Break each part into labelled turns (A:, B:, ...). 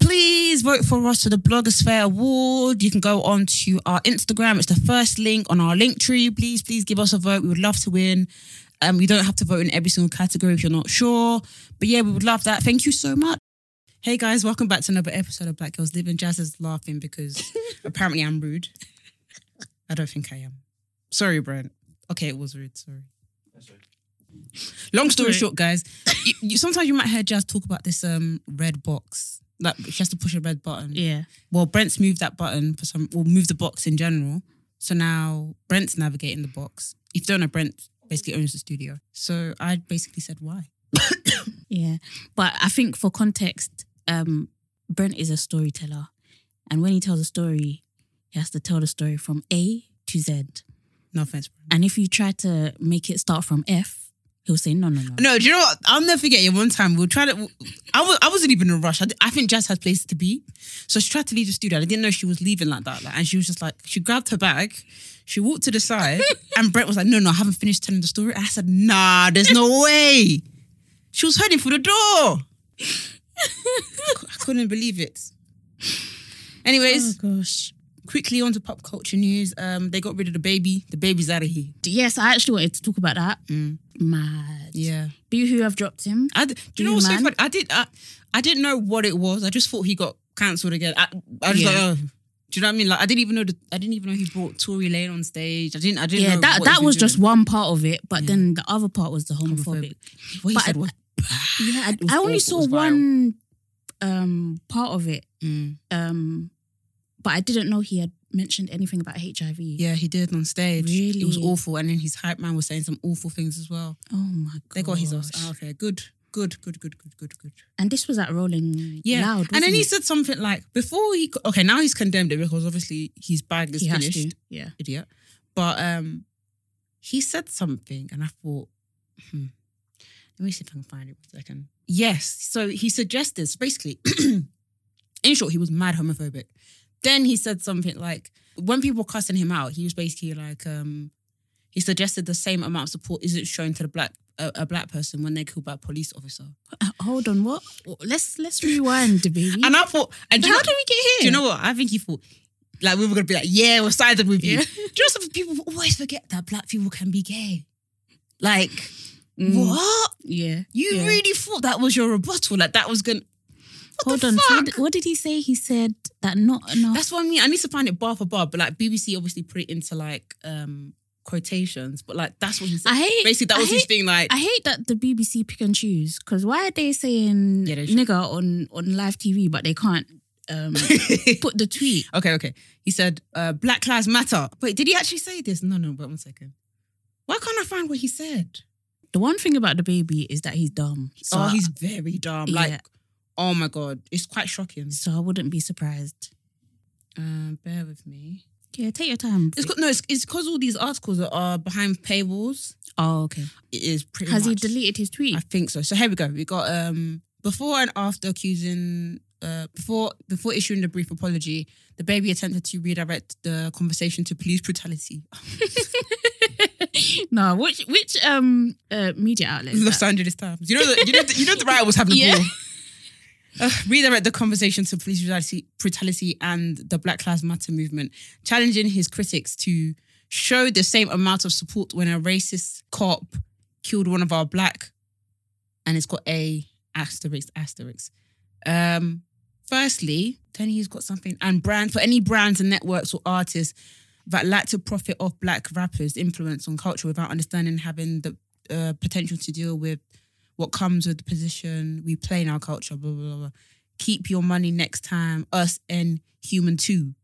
A: Please vote for us to the Blogosphere Award. You can go on to our Instagram. It's the first link on our link tree. Please, please give us a vote. We would love to win. Um, you don't have to vote in every single category if you're not sure. But yeah, we would love that. Thank you so much. Hey guys, welcome back to another episode of Black Girls Living. Jazz is laughing because apparently I'm rude. I don't think I am. Sorry, Brent. Okay, it was rude. Sorry. Long story short, guys, you, you, sometimes you might hear Jazz talk about this um red box. Like she has to push a red button.
B: Yeah.
A: Well, Brent's moved that button for some, or moved the box in general. So now Brent's navigating the box. If you don't know, Brent basically owns the studio. So I basically said why.
B: Yeah. But I think for context, um, Brent is a storyteller. And when he tells a story, he has to tell the story from A to Z.
A: No offense, Brent.
B: And if you try to make it start from F, he'll say, no, no, no.
A: No, do you know what? I'll never forget it. One time we were trying to, I, was, I wasn't even in a rush. I, di- I think Jazz had places to be. So she tried to leave the studio. and I didn't know she was leaving like that. Like, and she was just like, she grabbed her bag, she walked to the side, and Brent was like, no, no, I haven't finished telling the story. And I said, nah, there's no way. She was heading for the door. I couldn't believe it. Anyways,
B: gosh.
A: quickly on to pop culture news. Um, they got rid of the baby. The baby's out of here.
B: Yes, I actually wanted to talk about that. Mad.
A: Mm. Yeah.
B: Boohoo have dropped him.
A: I d- do
B: Do
A: you know
B: you
A: what's so
B: mind?
A: funny? I did. I, I didn't know what it was. I just thought he got cancelled again. I, I just
B: Yeah.
A: like, oh. do you know what I mean? Like I didn't even know. The, I didn't even know he brought Tory Lane on stage. I didn't. I didn't.
B: yeah,
A: know
B: that
A: what he's
B: that
A: been
B: was just
A: doing.
B: one part of it, but then the other part was the homophobic.
A: What he
B: but
A: said
B: I-
A: was
B: Yeah, I,
A: was
B: I
A: awful,
B: only
A: it
B: saw
A: was viral.
B: one um part of it,
A: Mm.
B: um, but I didn't know he had mentioned anything about HIV.
A: Yeah, he did on stage. It was
B: Really?
A: awful. And then his hype man was saying some awful things as well.
B: Oh my god,
A: They got his ass out of here. Good, good, good, good, good, good, good.
B: And this was at Rolling
A: Yeah.
B: Loud,
A: and then
B: wasn't
A: he
B: it?
A: said something like, before he, okay, now he's condemned it because obviously his bag is
B: he has
A: finished.
B: to. Yeah,
A: idiot. But um, he said something, and I thought, hmm, let me see if I can find it one second. Yes, so he suggested, so basically, in short, he was mad homophobic. Then he said something like, when people were cussing him out, he was basically like, um, he suggested the same amount of support isn't shown to the black a, a black person when they're killed by a police officer.
B: Uh, Hold on, what? Let's let's rewind, baby.
A: And I thought, and do you
B: How
A: know-
B: did we get here?
A: Do you know what? I think he thought like we were gonna be like, yeah, we're sided with you. Just people always forget that black people can be gay. Like what?
B: Yeah,
A: You
B: Mm. yeah.
A: really thought that was your rebuttal? Like that was gonna. What
B: Hold
A: the
B: on. So
A: fuck?
B: what, did- what did he say? He said that not enough.
A: That's what I mean. I need to find it bar for bar, but like BBC obviously put it into like um quotations, but like that's what he said.
B: I hate-
A: Basically, that
B: I
A: was his
B: hate-
A: thing. Like
B: I hate that the BBC pick and choose because why are they saying
A: Yeah, they should.
B: nigger on on live TV but they can't um, put the tweet?
A: Okay, okay. He said, uh, Black Lives Matter. Wait, did he actually say this? No, no, wait one second. Why can't I find what he said?
B: The one thing about the baby is that he's dumb. So,
A: oh, he's very dumb.
B: Yeah.
A: Like, oh my god, it's quite shocking.
B: so I wouldn't be surprised.
A: Um, bear with me.
B: Yeah, take your time.
A: It's got, no, it's it's because all these articles are, are behind paywalls.
B: oh, okay.
A: It is pretty.
B: Has he
A: much-
B: deleted his tweet?
A: I think so. So here we go. We got um before and after accusing. Uh, before before issuing the brief apology, the baby attempted to redirect the conversation to police brutality.
B: no, which which um uh, media outlet? is
A: Los
B: that?
A: Angeles Times. You know, the, you know, the, you know, the riot was having a
B: Yeah.
A: ball. Uh, redirect the conversation to police brutality, brutality and the Black Lives Matter movement, challenging his critics to show the same amount of support when a racist cop killed one of our black, and it's got a asterisk asterisk. Um, firstly, then he's got something and brand for any brands and networks or artists that lack to profit off black rappers' influence on culture without understanding having the uh, potential to deal with what comes with the position we play in our culture, blah, blah, blah, blah. Keep your money next time, us and human too.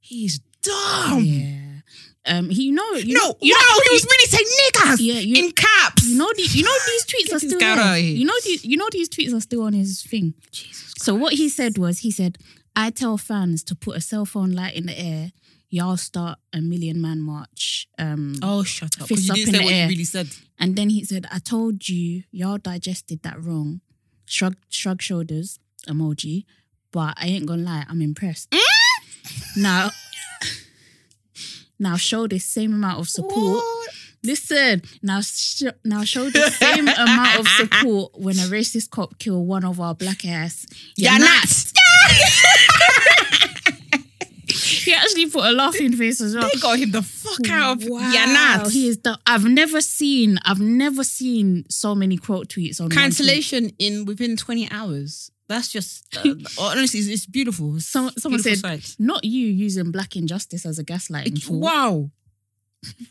A: He's dumb.
B: Yeah. Um, he you know you
A: no,
B: know, you
A: wow,
B: know,
A: he was really saying niggas
B: Yeah, you-
A: in caps.
B: you know, the, you know these tweets are
A: This
B: still
A: guy
B: there.
A: right here.
B: You know these you know these tweets are still on his thing. Jesus so what he said was he said, I tell fans to put a cell phone light in the air, y'all start a million man march. Um
A: oh, shut up. 'cause
B: Fists
A: you
B: up
A: didn't
B: in
A: say
B: the
A: what
B: air.
A: you really said.
B: and then he said, I told you, y'all digested that wrong. Shrug shrug shoulders emoji. But I ain't gonna lie, I'm impressed.
A: Mm?
B: now now show the same amount of support.
A: What?
B: Listen, now sh- now show the same amount of support when a racist cop kill one of our black ass.
A: You're,
B: You're
A: not.
B: He actually put a laughing face as well.
A: They got him the fuck out of
B: Wow,
A: You're not.
B: He is the. I've never seen. I've never seen so many quote tweets on one tweet.
A: Cancellation in within 20 hours. That's just, uh, honestly, it's, it's beautiful. It's
B: Some, someone
A: beautiful
B: said,
A: sight.
B: "Not you using black injustice as a gaslighting tool."
A: Wow.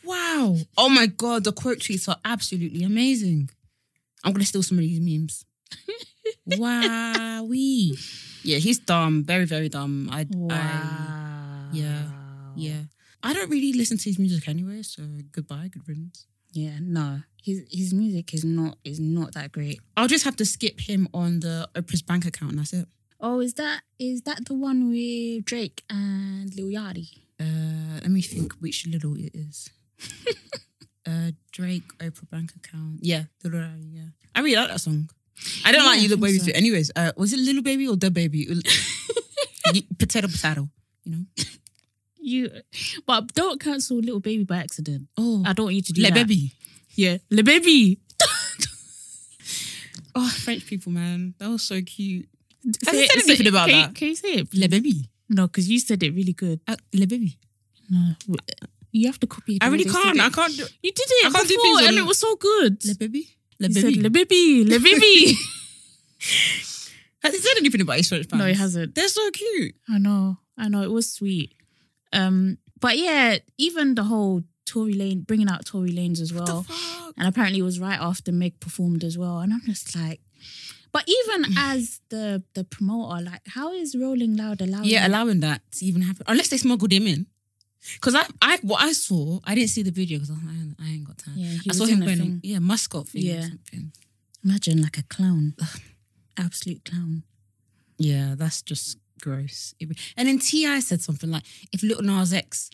A: Wow. Oh my God, the quote tweets are absolutely amazing. I'm going to steal some of these memes. Wowee. Yeah, he's dumb. Very, very dumb. I, I,
C: Ah,
B: Wow.
A: yeah, yeah. Um, I don't really listen to his music anyway, so goodbye, good riddance.
B: Yeah. No. His his music is not is not that great.
A: I'll just have to skip him on the Oprah's bank account, and that's it.
B: Oh, is that is that the one with Drake and Lil Yachty?
A: Uh, let me think which little it is. uh, Drake, Oprah bank account. Yeah, Little Baby, yeah. I really like that song. I don't
B: Yeah,
A: like
B: I
A: you, Little
B: think
A: Baby,
B: so.
A: too. Anyways, uh, was it Little Baby or the Baby? Y- potato, potato. You know.
B: You, but don't cancel little baby by accident.
A: Oh,
B: I don't want you to do
A: Le
B: that.
A: Baby.
B: yeah, le baby.
A: Oh, French people, man, that was so cute. Has
B: Say
A: he
B: it-
A: said
B: say it.
A: anything about
B: can
A: that?
B: You, can you say it?
A: Le Baby.
B: No, because you said it really good.
A: Uh, Le Baby.
B: No, you have to copy. it the
A: I
B: way
A: really
B: they
A: can't.
B: said
A: I
B: it.
A: can't do it.
B: You did it
A: I can't do
B: before,
A: things on-
B: and it was so good.
A: Le Baby. Le
B: you said
A: Baby.
B: le baby, le baby.
A: Has he said anything about his French fans?
B: no, it hasn't.
A: They're so cute.
B: I know, I know. It was sweet. Um, but yeah, even the whole Tory Lane bringing out Tory Lanes as well.
A: The fuck?
B: And apparently it was right after Meg performed as well. And I'm just like, but even as the the promoter, like, how is Rolling Loud allowing?
A: Yeah, allowing that to even happen, unless they smuggled him in. Because I, I, what I saw, I didn't see the video because I, was like, I ain't- I ain't got time.
B: Yeah, he
A: I saw
B: was
A: him
B: in a
A: wearing,
B: thing.
A: yeah, mascot thing or
B: Yeah.
A: something.
B: Imagine like a clown, Ugh, absolute clown.
A: Yeah, that's just gross. It- And then Ti said something like, "If Little Nas X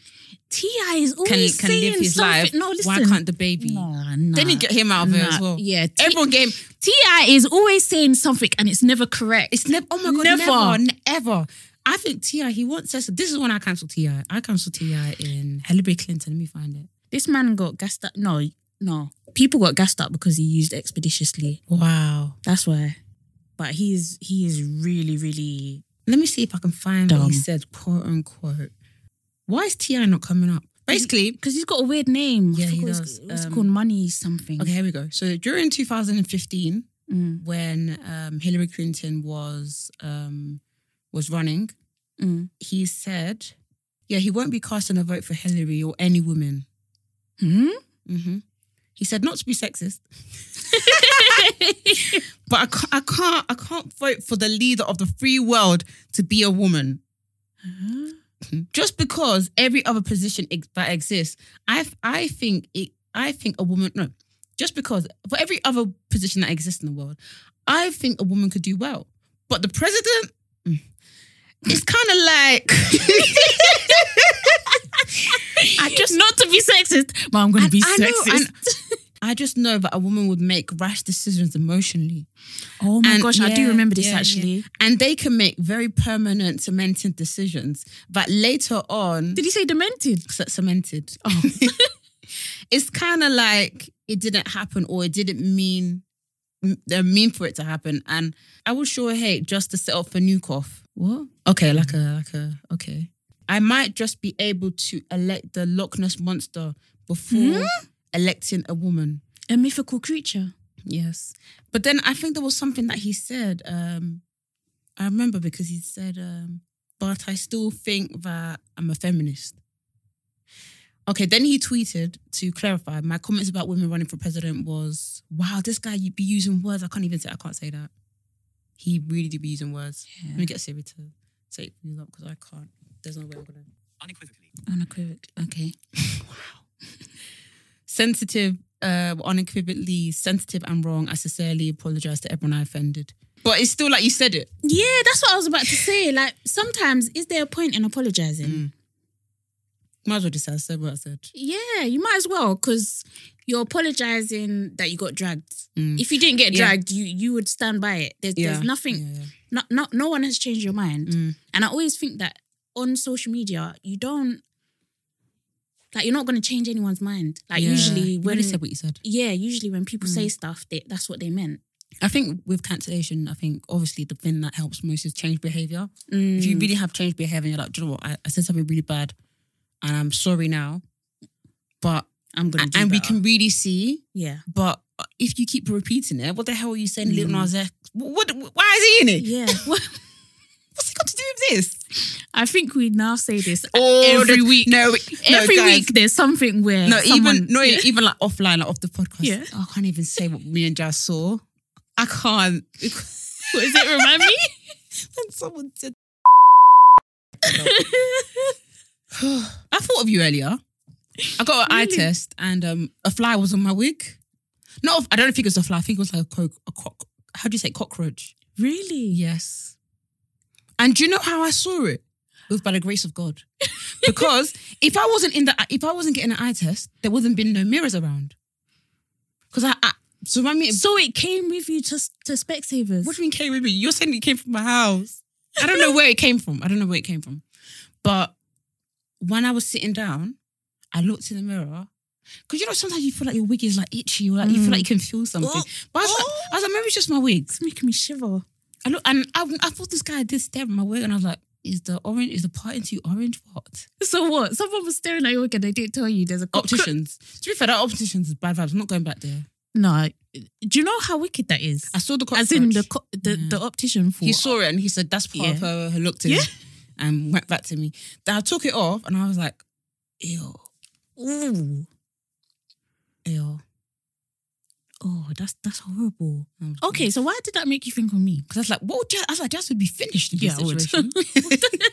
B: Ti is
A: can
B: always
A: can
B: saying
A: live his
B: something.
A: life,
B: No, listen.
A: why can't the baby?"
B: Nah, nah,
A: They didn't get him out of it
B: nah.
A: as well.
B: Yeah, T-
A: Everyone gave him.
B: Ti is always saying something and it's never correct.
A: It's never. Oh my god,
B: Never.
A: never, never. I think Ti. He wants us. This is when I cancelled Ti. I cancelled Ti in Hillary Clinton. Let me find it.
B: This man got gassed up. No, no, people got gassed up because he used expeditiously.
A: Wow.
B: That's why. But he is he is really really
A: Let me see if I can find what
B: Dumb.
A: he said, quote unquote. Why is Ti not coming up? Basically,
B: Because he's got a weird name. I
A: Yeah, he
B: forgot
A: does.
B: It's, it's
A: Um,
B: called Money something.
A: okay, here we go. So during 2015,
B: Mm,
A: when um, Hillary Clinton was um, was running,
B: mm.
A: he said, "Yeah, he won't be casting a vote for Hillary or any woman."
B: Hmm?
A: hmm He said not to be sexist, but I can't, I can't, I can't vote for the leader of the free world to be a woman. just because every other position ex- that exists, I I think it, I think a woman no, just because for every other position that exists in the world, I think a woman could do well. But the president, mm, it's kind of like I just
B: Not to be sexist, but I'm going to be
A: I know,
B: sexist.
A: and- I just know that a woman would make rash decisions emotionally,
B: oh my
A: and-
B: gosh, I do
A: yeah,
B: remember this
A: yeah, yeah.
B: actually.
A: and they can make very permanent, cemented decisions that later on
B: Did he say demented?
A: c- cemented. it's kind of like it didn't happen or it didn't mean m- they mean for it to happen. And I would sure hate just to set up for Nukoff. What? Okay, like a like a okay. I might just be able to elect the Loch Ness monster before electing a woman.
B: A mythical creature.
A: Yes. But then I think there was something that he said. Um, I remember because he said, um, but I still think that I'm a feminist. Okay, then he tweeted to clarify my comments about women running for president was, wow, this guy you be using words. I can't even say I can't say that. He really did be using words. Let me get Siri to say it for you up because I can't. There's no way I'm gonna.
D: unequivocally.
B: Unequivocal. Okay.
A: sensitive, uh, unequivocally sensitive and wrong. I sincerely apologize to everyone I offended. But it's still like you said it.
B: Yeah, that's what I was about to say. Like sometimes, is there a point in apologizing?
A: Might as well just say I said what I said.
B: Yeah, you might as well because you're apologizing that you got dragged.
A: Mm.
B: If you didn't get
A: Yeah.
B: dragged, you you would stand by it. There's,
A: Yeah.
B: there's nothing.
A: Yeah, yeah.
B: No, no, no one has changed your mind.
A: Mm.
B: And I always think that on social media, you don't like you're not going to change anyone's mind. Like
A: Yeah.
B: usually
A: You Mm.
B: when
A: already said what you said.
B: yeah, usually when people say stuff, they, that's what they meant.
A: I think with cancellation, I think obviously the thing that helps most is change behavior. If you really have changed behavior, and you're like, do you know what? I, I said something really bad, and I'm sorry now, but
B: I'm going to
A: and
B: do
A: we
B: better.
A: can really see.
B: yeah
A: But uh, if you keep repeating it, what the hell are you saying, Lil Nas X? What, what? Why is he in it?
B: yeah.
A: What's it got to do with this?
B: I think we now say this
A: every
B: every
A: week. No,
B: every week. There's something where
A: No,
B: someone,
A: even no, even like offline, like off the podcast.
B: Yeah.
A: Oh, I can't even say what me and Jazz saw. I can't.
B: What does it remind me?
A: when someone said. I thought of you earlier. I got an eye
B: Really?
A: test and um, a fly was on my wig. No, I don't think it was a fly. I think it was like a, co- a cock. How do you say it? cockroach?
B: Really?
A: Yes. And do you know how I saw it? It was by the grace of God. Because if I wasn't in the, if I wasn't getting an eye test, there wouldn't been no mirrors around. Because I, I, so my meeting.
B: So it came with you to to Specsavers.
A: What do you mean came with me? You're saying it came from my house. I don't know where it came from. I don't know where it came from. But when I was sitting down, I looked in the mirror. Because you know, sometimes you feel like your wig is like itchy, or like you feel like you can feel something.
B: Oh.
A: But I was, like, I was like, maybe it's just my wig.
B: It's making me shiver.
A: I look and I, I thought this guy did stare at my wig, and I was like, is the orange is the part into orange what?
B: So what? Someone was staring at your wig and they didn't tell you there's a
A: Oh,
B: cockroach.
A: Opticians. to be fair, that opticians is bad vibes. I'm not going back there.
B: No. Do you know how wicked that is?
A: I saw the cockroach.
B: As in the co- the,
A: Yeah.
B: the optician for
A: He saw it and he said, that's part of
B: Yeah.
A: her, her look to me.
B: Yeah.
A: And went back to me. Then I took it off and I was like, ew,
B: Ooh.
A: ew.
B: Oh, that's that's horrible.
A: Okay.
B: Okay, so why did that make you think of me?
A: Because I was like, what would Jazz, I was like, Jazz would be finished in
B: Yeah, I would.
A: this situation.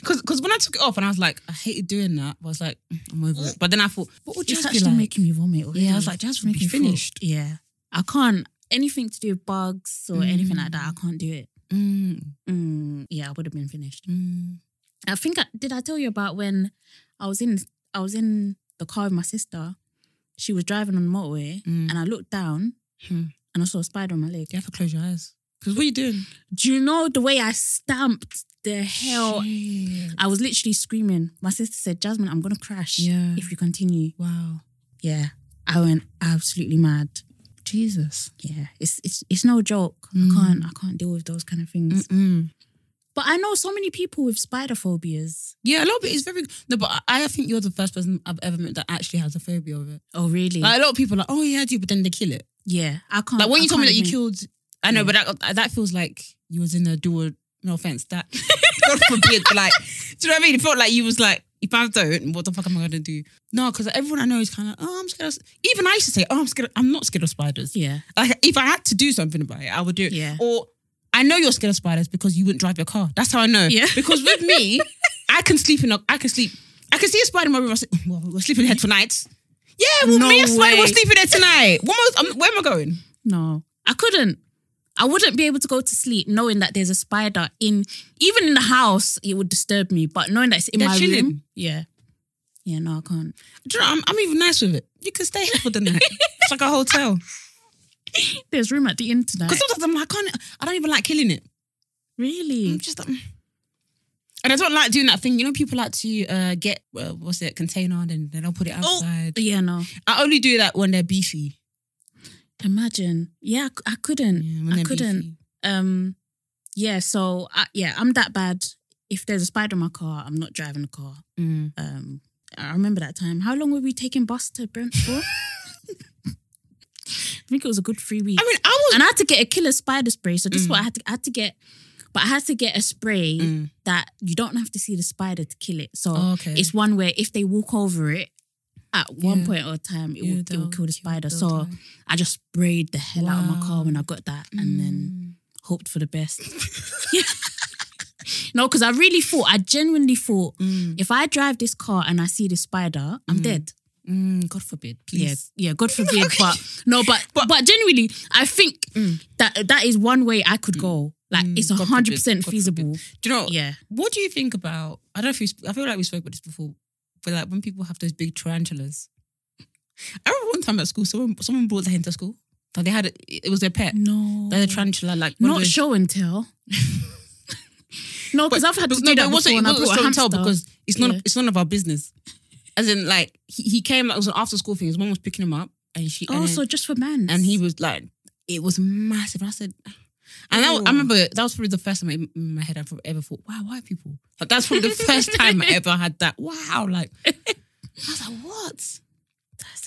A: Because when I took it off and I was like, I hated doing that, I was like, "Mm, I'm over it. But then I thought, what would Jazz
B: It's
A: be
B: actually
A: like?
B: making me vomit. Already.
A: Yeah, I was like, Jazz would be
B: Making me feel-
A: finished.
B: Yeah. I can't anything to do with bugs or anything like that. I can't do it.
A: Mm,
B: Mm, yeah, I would have been finished.
A: mm.
B: I think I did I tell you about when I was in I was in the car with my sister. She was driving on the motorway
A: Mm.
B: and I looked down
A: Hmm.
B: and I saw a spider on my leg.
A: You have to close your eyes. Because what are you doing?
B: Do you know the way I stamped the hell?
A: Shit.
B: I was literally screaming. My sister said, Jasmine, I'm gonna crash
A: Yeah.
B: if you continue.
A: Wow.
B: Yeah. I went absolutely mad.
A: Jesus.
B: Yeah. It's it's it's no joke.
A: Mm.
B: I can't I can't deal with those kind of things.
A: Mm-mm.
B: But I know so many people with spider phobias.
A: Yeah, a lot of it is very. No, but I, I think you're the first person I've ever met that actually has a phobia of it.
B: Oh really?
A: Like a lot of people are like, oh yeah, Oh, I do, but then they kill it.
B: yeah. I can't
A: Like when you
B: I
A: told me
B: can't
A: that you
B: even-
A: killed, I know, but that that feels like you was in a dual. No offense, that God forbid. Like, do you know what I mean? It felt like you was like, if I don't, what the fuck am I gonna do? No, because everyone I know is kind of, oh, I'm scared. Of, even I used to say, oh, I'm scared. I'm not scared of spiders.
B: Yeah.
A: Like, if I had to do something about it, I would do it.
B: Yeah.
A: Or I know you're scared of spiders because you wouldn't drive your car. That's how I know.
B: Yeah.
A: Because with me, I can sleep in a. I can sleep. I can see a spider in my room. I say, well, we're sleeping here tonight. Yeah, well,
B: No
A: me and spider were
B: way.
A: sleeping there tonight. What am I, I'm- where am I going?
B: No, I couldn't. I wouldn't be able to go to sleep knowing that there's a spider in, even in the house, it would disturb me. But knowing that it's in
A: They're
B: my
A: chilling.
B: room, yeah, yeah, no, I can't.
A: Do you know, I'm, I'm even nice with it. You can stay here for the night. it's like a hotel.
B: There's room at the end tonight.
A: Because sometimes I'm like, I can't. I don't even like killing it. I'm
B: Really?
A: just like. mm. And I don't like doing that thing. You know, people like to uh, get uh, what's it container and then they'll put it outside.
B: Oh, Yeah, no.
A: I only do that when they're beefy.
B: Imagine. Yeah, I c- I, couldn't.
A: Yeah, when
B: I
A: they're
B: couldn't.
A: beefy.
B: Um, yeah. So I, yeah, I'm that bad. If there's a spider in my car, I'm not driving the car.
A: Mm.
B: Um, I remember that time. How long were we taking bus to Brent for? I think it was a good three weeks.
A: I mean, I was.
B: and I had to get a killer spider spray. So this is
A: Mm.
B: what I had to I had to get, but I had to get a spray
A: Mm.
B: that you don't have to see the spider to kill it. So
A: Oh, okay.
B: it's one where if they walk over it at one
A: Yeah.
B: point or time, it
A: Yeah,
B: will it
A: they'll
B: will kill the
A: kill-
B: spider.
A: they'll
B: So
A: die.
B: I just sprayed the hell out of my car
A: Wow. Mm.
B: when I got that, and then hoped for the best. yeah. No, because I really thought, I genuinely thought,
A: Mm.
B: if I drive this car and I see the spider, I'm dead.
A: Mm, God forbid,
B: Yeah,
A: please.
B: yeah. God forbid, but no, but, but genuinely, I think that that is one way I could go. Like it's
A: Mm. God forbid,
B: hundred percent
A: God
B: feasible.
A: Do you know?
B: Yeah,
A: What do you think about? I don't know if we, sp- I feel like we spoke about this before, but like when people have those big tarantulas. I remember one time at school, someone someone brought that into school. Like they had a, it was their pet.
B: no,
A: They had a tarantula, like one of
B: not
A: those-
B: show and tell. no, because I've had to
A: But-
B: do
A: no, but
B: that
A: it wasn't,
B: before.
A: it
B: and I
A: wasn't
B: bought a
A: show and tell
B: hamster.
A: because it's none
B: Yeah.
A: of, it's none of our business. As in, like he, he came, like, it was an after school thing. His mom was picking him up, and she and
B: oh,
A: then-
B: so just for men.
A: and he was like, it was massive. I said, and that, I
B: Ew.
A: remember that was probably the first time in in my head I've ever thought, wow, white people. Like that's probably the first time I ever had that. Wow, like I was like, what?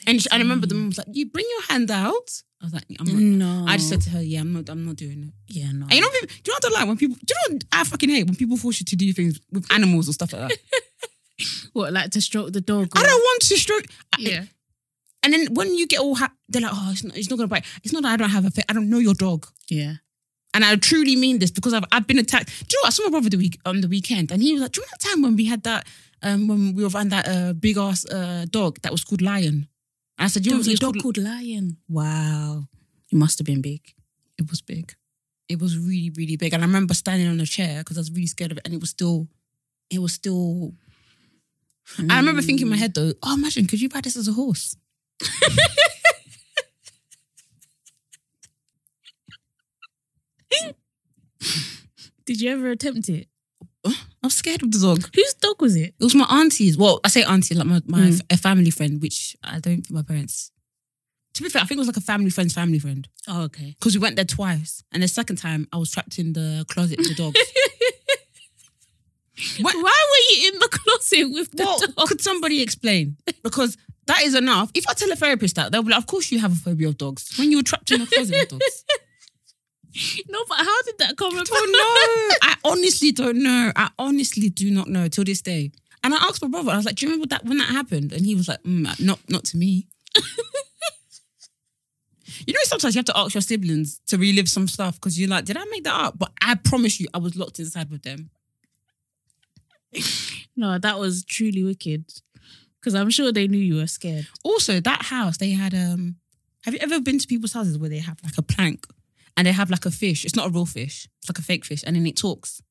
A: And she, and I remember the mum was like, you bring your hand out. I was like, I'm not.
B: no,
A: I just said to her, yeah, I'm not. I'm not doing it.
B: yeah, no.
A: And you know, people, do you know what I don't like when people? Do you know what I fucking hate when people force you to do things with animals or stuff like that.
B: what like to stroke the dog?
A: I
B: or-
A: don't want to stroke. I-
B: Yeah,
A: And then when you get all, ha- they're like, oh, it's not, it's not gonna bite. It's not that I don't have a pet. I don't know your dog.
B: yeah.
A: And I truly mean this because I've, I've been attacked. Do you know what? I saw my brother the week on the weekend, and he was like, "Do you remember that time when we had that um when we were on that uh, big ass uh, dog that was called Lion?" And I said, "Do "You
B: There
A: know
B: was
A: what
B: a
A: it's
B: dog
A: called?"
B: called Lion. Wow, it must have been big.
A: It was big. It was really really big, and I remember standing on a chair because I was really scared of it, and it was still, it was still. I remember thinking
B: Mm.
A: in my head though, "Oh, imagine could you buy this as a horse?"
B: Did you ever attempt it?
A: I'm scared of the dog.
B: Whose dog was it?
A: It was my auntie's. Well, I say auntie, like my, my
B: Mm.
A: f- a family friend, which I don't think my parents. To be fair, I think it was like a family friend's family friend.
B: Oh, okay.
A: Because we went there twice. And the second time, I was trapped in the closet with the dogs.
B: Why were you in the closet with the
A: well,
B: dog?
A: could somebody explain? Because that is enough. If I tell a therapist that, they'll be like, of course you have a phobia of dogs. When you were trapped in the closet with dogs.
B: No, but how did that come about?
A: don't know. I honestly don't know. I honestly do not know till this day. And I asked my brother, I was like, do you remember that when that happened? And he was like, mm, not, not to me. you know, sometimes you have to ask your siblings to relive some stuff because you're like, did I make that up? But I promise you, I was locked inside with them.
B: No, that was truly wicked. Because I'm sure they knew you were scared.
A: Also, that house they had. Um, have you ever been to people's houses where they have like a plank and they have like a fish? It's not a real fish. It's like a fake fish, and then it talks.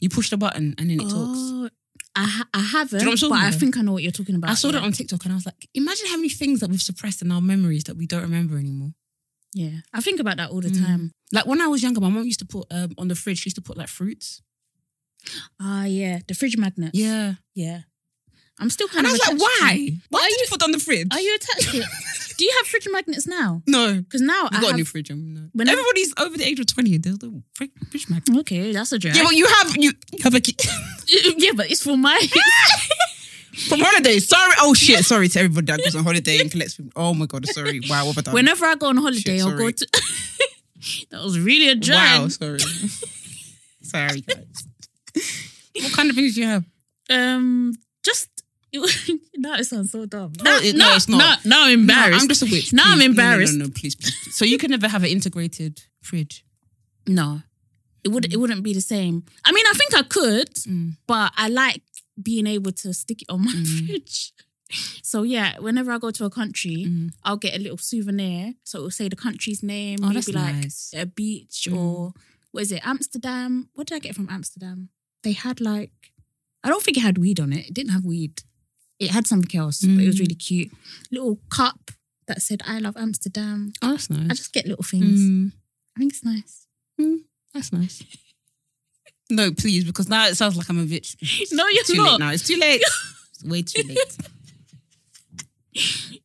A: You push the button and then it talks.
B: Oh, I, ha- I haven't,
A: Do you know what I'm
B: but
A: talking
B: I
A: about?
B: think I know what you're talking about.
A: I saw
B: yeah.
A: that on TikTok and I was like, imagine how many things that we've suppressed in our memories that we don't remember anymore.
B: Yeah, I think about that all the
A: Mm.
B: time.
A: Like when I was younger, my mom used to put um, on the fridge. She used to put like fruits.
B: Ah, yeah, the fridge magnets.
A: Yeah,
B: yeah. I'm still
A: and
B: kind
A: I
B: of.
A: was like,
B: attached to
A: why?
B: them.
A: Why did you put on the fridge?
B: Are you attached to it? Do you have fridge magnets now?
A: No,
B: Because now
A: we
B: I
A: got
B: have.
A: a new fridge. and no.
B: Whenever-
A: Everybody's over the age of twenty. There's the fridge fridge mag.
B: okay, that's a drag.
A: Yeah, but you have you you have a kid.
B: yeah, but it's for my.
A: From holidays. Sorry. Oh shit. Sorry to everybody that goes on holiday and collects food. Oh my god. Sorry. Wow. What about
B: Whenever I go on holiday,
A: Shit,
B: I'll go
A: sorry.
B: to. that was really a drag.
A: Wow. Sorry. sorry guys. What kind of things do you have?
B: Um, just. now it sounds so dumb.
A: No, it- no, it's not.
B: Now, now I'm embarrassed.
A: No, I'm just a witch.
B: Now I'm
A: please. No, no,
B: embarrassed.
A: No, no, no, please, please. please. So you can never have an integrated fridge.
B: No, it would it wouldn't be the same. I mean, I think I could,
A: Mm.
B: but I like being able to stick it on my
A: Mm.
B: fridge. So yeah, whenever I go to a country,
A: Mm.
B: I'll get a little souvenir. So it'll say the country's name,
A: Oh,
B: maybe
A: that's
B: like
A: nice.
B: a beach
A: Mm.
B: or what is it, Amsterdam? What did I get from Amsterdam? They had like I don't think it had weed on it. It didn't have weed. It had something else, but it was
A: Mm.
B: really cute. Little cup that said "I love Amsterdam."
A: Oh, that's nice.
B: I just get little things.
A: Mm.
B: I think it's nice.
A: that's nice. No, please, because now it sounds like I'm a bitch. It's
B: No, you're
A: too
B: not.
A: Late now it's too late. It's way too late.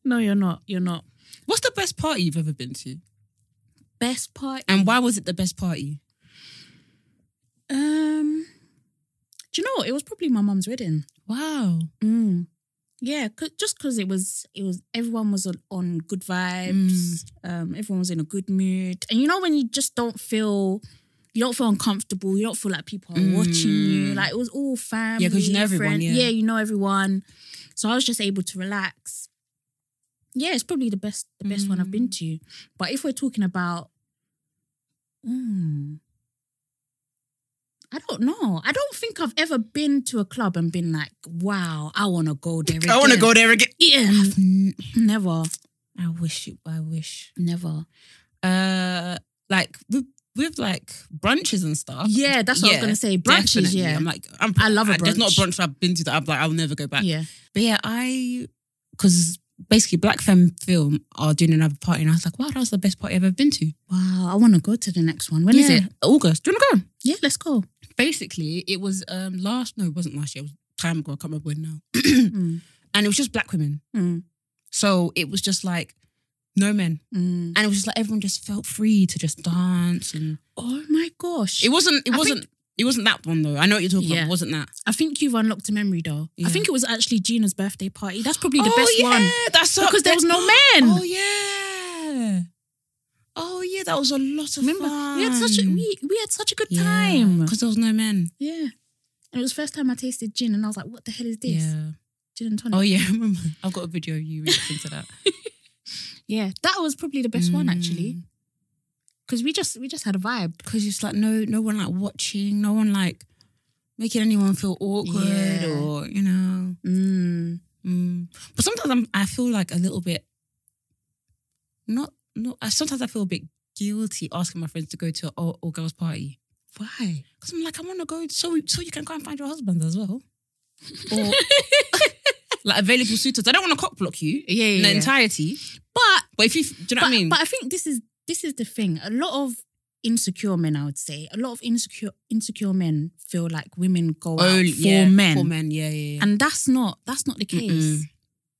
B: No, you're not. You're not.
A: What's the best party you've ever been to,
B: Best part.
A: and why was it the best party?
B: Um, do you know what? it was probably my mum's wedding?
A: Wow.
B: Mm. Yeah, 'cause- just because it was, it was everyone was on, on good
A: Mm.
B: vibes. Um, everyone was in a good mood, and you know when you just don't feel, you don't feel uncomfortable. You don't feel like people are watching you.
A: Mm.
B: Like it was all family.
A: you know everyone,
B: friend-
A: yeah.
B: you know everyone. So I was just able to relax. Yeah, it's probably the best, the best one I've been to. But if we're talking about, mm, I don't know. I don't think I've ever been to a club and been like, wow, I want to go there. Again.
A: I want to go there again.
B: Again. Never,
A: I wish you. I wish.
B: never.
A: Uh, like with with like brunches and stuff.
B: Yeah, that's what I was gonna say. Brunches,
A: definitely.
B: yeah.
A: I'm like, I'm,
B: I love a
A: I- There's not a
B: brunch.
A: brunch I've been to that I'm like, I'll never go back.
B: Yeah.
A: But yeah, I because basically Black Femme Film are doing another party, and I was like, wow, that was the best party I've ever been to.
B: Wow, I want to go to the next one. When is it?
A: August. Do you want to go?
B: Yeah, let's go.
A: Basically, it was um last. No, it wasn't last year. It was time ago. I can't remember when now.
B: Mm,
A: and it was just black women.
B: mm,
A: So it was just like no men,
B: mm.
A: and it was just like everyone just felt free to just dance, and
B: Oh my gosh.
A: it wasn't. It
B: I
A: wasn't. it wasn't that one though. I know what you're talking
B: Yeah.
A: about. It wasn't that?
B: I think you've unlocked a memory though.
A: Yeah.
B: I think it was actually Gina's birthday party. That's probably the best one.
A: Oh, That's so-
B: Because there was no men.
A: Oh yeah. Oh yeah, that was a lot of
B: Remember,
A: fun.
B: we had such a we, we had such a good time.
A: because there was no men.
B: Yeah. And it was the first time I tasted gin and I was like, what the hell is this?
A: Yeah.
B: Gin and tonic.
A: Oh yeah, I remember. I've got a video of you reacting to that.
B: yeah. That was probably the best one actually. Because Mm. we just we just had a vibe.
A: because it's like no no one like watching, no one like making anyone feel awkward
B: Yeah.
A: or you know.
B: Mm.
A: Mm. But sometimes I'm, I feel like a little bit not not. I, sometimes I feel a bit guilty asking my friends to go to an all, all girls party
B: Why?
A: because I'm like I want to go so so you can go and find your husband as well, or like available suitors. I don't want to cock block you
B: Yeah,
A: in
B: yeah.
A: the
B: yeah.
A: entirety.
B: But
A: But if you do you know
B: but,
A: what I mean?
B: but I think this is this is the thing. A lot of insecure men, I would say, a lot of insecure insecure men feel like women go out for
A: yeah,
B: men,
A: for men, yeah, yeah. yeah.
B: and that's not that's not the case.
A: Mm-mm.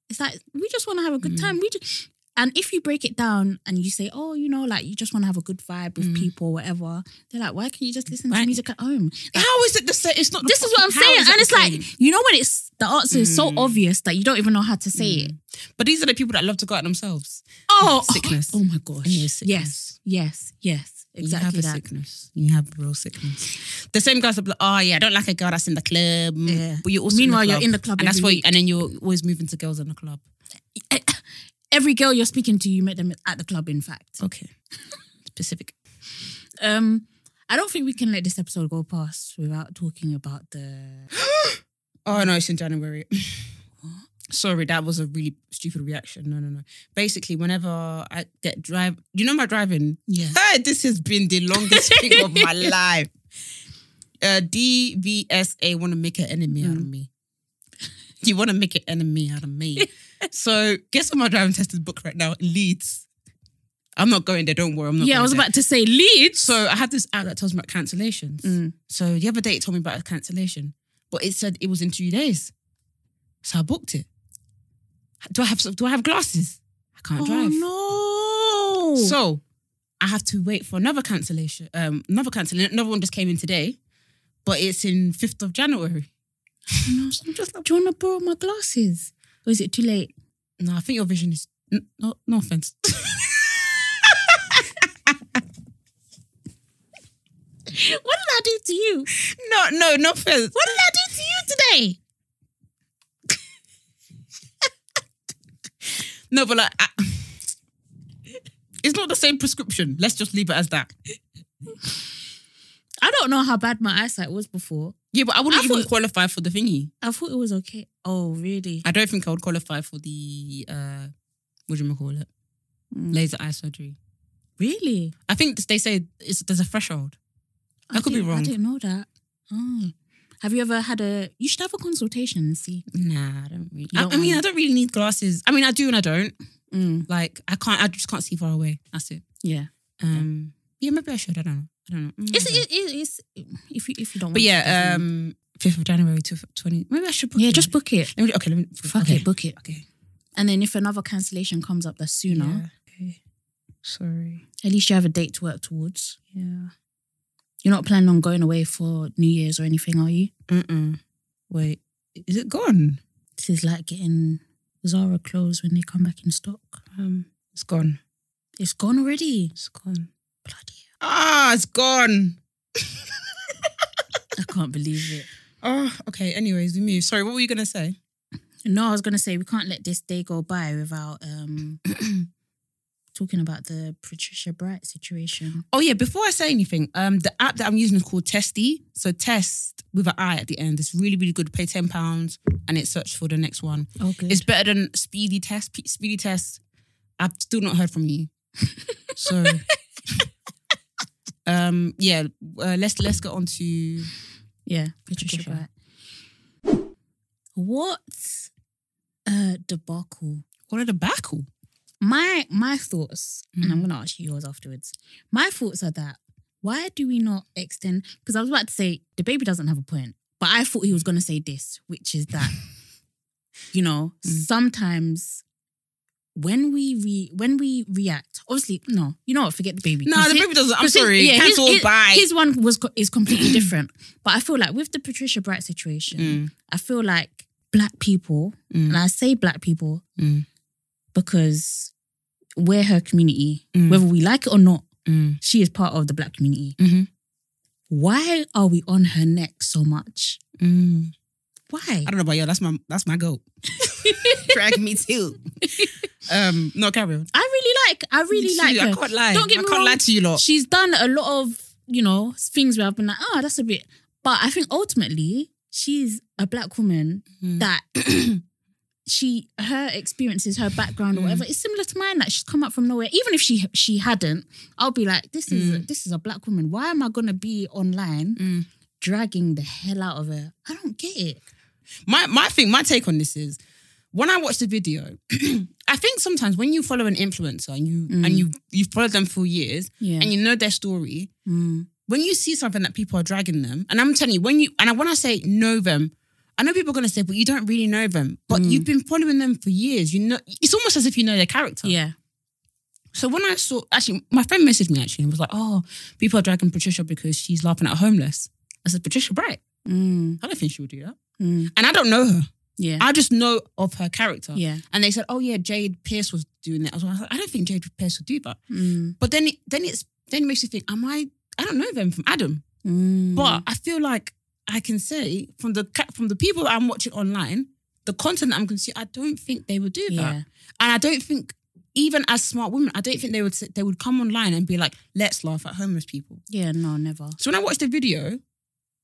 B: It's like we just want to have a good
A: Mm.
B: time. We just and if you break it down and you say, oh, you know, like you just want to have a good vibe with
A: Mm.
B: people, whatever, they're like, why can't you just listen
A: Right.
B: to music at home?
A: How is it the same? It's not. the
B: This is what I'm
A: how
B: saying,
A: is it
B: and
A: the
B: it's like
A: same?
B: you know when it's the answer is so
A: Mm.
B: obvious that you don't even know how to say it.
A: But these are the people that love to go out themselves.
B: Oh,
A: Sickness.
B: Oh my gosh.
A: And you're a sickness.
B: Yes, yes, yes. Exactly
A: you have a
B: that.
A: sickness. You have real sickness. The same guys are like, oh yeah, I don't like a girl that's in the club.
B: Yeah.
A: But you're also
B: Meanwhile,
A: in the
B: you're
A: club.
B: in the club
A: and that's
B: every
A: why.
B: week.
A: And then you're always moving to girls in the club.
B: Every girl you're speaking to, you met them at the club. In fact,
A: Okay. Specific.
B: um, I don't think we can let this episode go past without talking about the.
A: Oh no, it's in January. Sorry, that was a really stupid reaction. No, no, no. Basically, whenever I get drive, you know my driving.
B: Yeah.
A: Hey, this has been the longest thing of my life. Uh, DVSA want to make an enemy out
B: Mm.
A: of me. You want to make an enemy out of me. so guess what my driving test is booked right now? Leeds. I'm not going there. Don't worry. I'm not.
B: Yeah,
A: going
B: I was
A: there.
B: about to say Leeds.
A: So I had this app that tells me about cancellations.
B: Mm.
A: So the other day it told me about a cancellation, but it said it was in two days. So I booked it. Do I have do I have glasses? I can't drive.
B: oh no!
A: So I have to wait for another cancellation. Um, another cancellation. Another one just came in today, but it's in fifth of January.
B: No, so Oh I'm just like, do you want to borrow my glasses? Or is it too late?
A: No, I think your vision is n- no no offense.
B: What did I do to you?
A: no no no offense.
B: What did I do to you today?
A: No, but like I, it's not the same prescription. Let's just leave it as that.
B: I don't know how bad my eyesight was before.
A: Yeah, but I wouldn't
B: I
A: even
B: thought-
A: qualify for the thingy.
B: I thought it was okay. Oh really?
A: I don't think I would qualify for the uh what do you call it?
B: Mm.
A: Laser eye surgery.
B: Really?
A: I think they say it's, there's a threshold. I could be
B: didn't-
A: wrong.
B: I didn't know that. Oh. Have you ever had a? You should have a consultation and see.
A: Nah, I don't really.
B: You don't
A: I, I mean,
B: want-
A: I don't really need glasses. I mean, I do and I don't.
B: Mm,
A: Like, I can't. I just can't see far away. That's it.
B: yeah.
A: Um, yeah, maybe I should. I don't know. I don't know. Mm, I
B: It's,
A: don't
B: it, it, it's if you if you don't.
A: but
B: want to,
A: yeah,
B: doesn't-
A: um, fifth of January, two twenty. Maybe I should. Book
B: yeah,
A: it.
B: just book it.
A: Let me, okay, let me.
B: Fuck
A: okay.
B: it, book it.
A: Okay.
B: And then if another cancellation comes up that's sooner,
A: Yeah. Okay. Sorry.
B: at least you have a date to work towards.
A: Yeah.
B: You're not planning on going away for New Year's or anything, are you?
A: Mm. Wait, is it gone?
B: This is like getting Zara clothes when they come back in stock.
A: Um, it's gone.
B: It's gone already.
A: It's gone.
B: Bloody!
A: Ah, it's gone.
B: hell. I can't believe it.
A: Oh, okay. Anyways, we move. Sorry, what were you gonna say?
B: No, I was gonna say we can't let this day go by without um talking about the Patricia Bright situation.
A: Oh yeah, before I say anything, um, the app that I'm using is called Testy. So test with an I at the end. It's really, really good. Pay ten pounds and it search for the next one.
B: Oh, good.
A: It's better than Speedy Test. P- Speedy Test. I've still not heard from you. so, um, yeah, uh, let's let's get on to
B: yeah, Patricia,
A: Patricia.
B: Bright. What uh debacle.
A: what are the backle.
B: My my thoughts, and I'm
A: Mm.
B: gonna ask you yours afterwards. My thoughts are that why do we not extend because I was about to say the baby doesn't have a point, but I thought he was gonna say this, which is that, you know,
A: Mm.
B: sometimes when we re when we react, obviously, no, you know what, forget the baby.
A: No,
B: 'Cause
A: the
B: he-
A: baby doesn't. I'm
B: because his-
A: sorry.
B: yeah, his-
A: Cancel.
B: his-
A: bye.
B: His one was co- is completely different, but I feel like with the Patricia Bright situation,
A: Mm,
B: I feel like black people,
A: mm,
B: and I say black people
A: mm,
B: because we're her community,
A: Mm.
B: whether we like it or not.
A: mm.
B: She is part of the black community.
A: Mhm.
B: Why are we on her neck so much?
A: Mm.
B: Why?
A: I don't know about you. That's my that's my goal. Drag me too. Um, no, carry on.
B: I really like. I really
A: Too,
B: like her.
A: I can't lie.
B: Don't get
A: I
B: me
A: can't
B: wrong.
A: lie to you lot.
B: She's done a lot of you know things where I've been like, oh, that's a bit. But I think ultimately, she's a black woman
A: Mm.
B: that she her experiences, her background, or
A: Mm.
B: whatever, is similar to mine. Like she's come up from nowhere. Even if she she hadn't, I'll be like, this is
A: Mm.
B: this is a black woman. Why am I gonna be online
A: Mm.
B: dragging the hell out of her? I don't get it.
A: my my thing, my take on this is when I watch the video, I think sometimes when you follow an influencer and you
B: Mm.
A: and you you've followed them for years
B: Yeah.
A: and you know their story,
B: Mm.
A: when you see something that people are dragging them, and I'm telling you, when you and I when I say know them, I know people are gonna say, but you don't really know them. But
B: Mm.
A: you've been following them for years. You know it's almost as if you know their character.
B: Yeah.
A: So when I saw actually my friend messaged me actually and was like, Oh, people are dragging Patricia because she's laughing at homeless. I said, Patricia Bright.
B: Mm.
A: I don't think she would do that.
B: Mm.
A: And I don't know her.
B: Yeah.
A: I just know of her character.
B: yeah.
A: And they said, "Oh yeah, Jade Pierce was doing that." as well." I was like, "I don't think Jade Pierce would do that."
B: Mm.
A: But then, it, then it's then it makes you think, "Am I? I don't know them from Adam."
B: Mm.
A: But I feel like I can say from the ca- from the people that I'm watching online, the content that I'm consuming, I don't think they would do that,
B: yeah.
A: and I don't think even as smart women, I don't think they would sit- they would come online and be like, "Let's laugh at homeless people."
B: Yeah. No. Never.
A: So when I watched the video,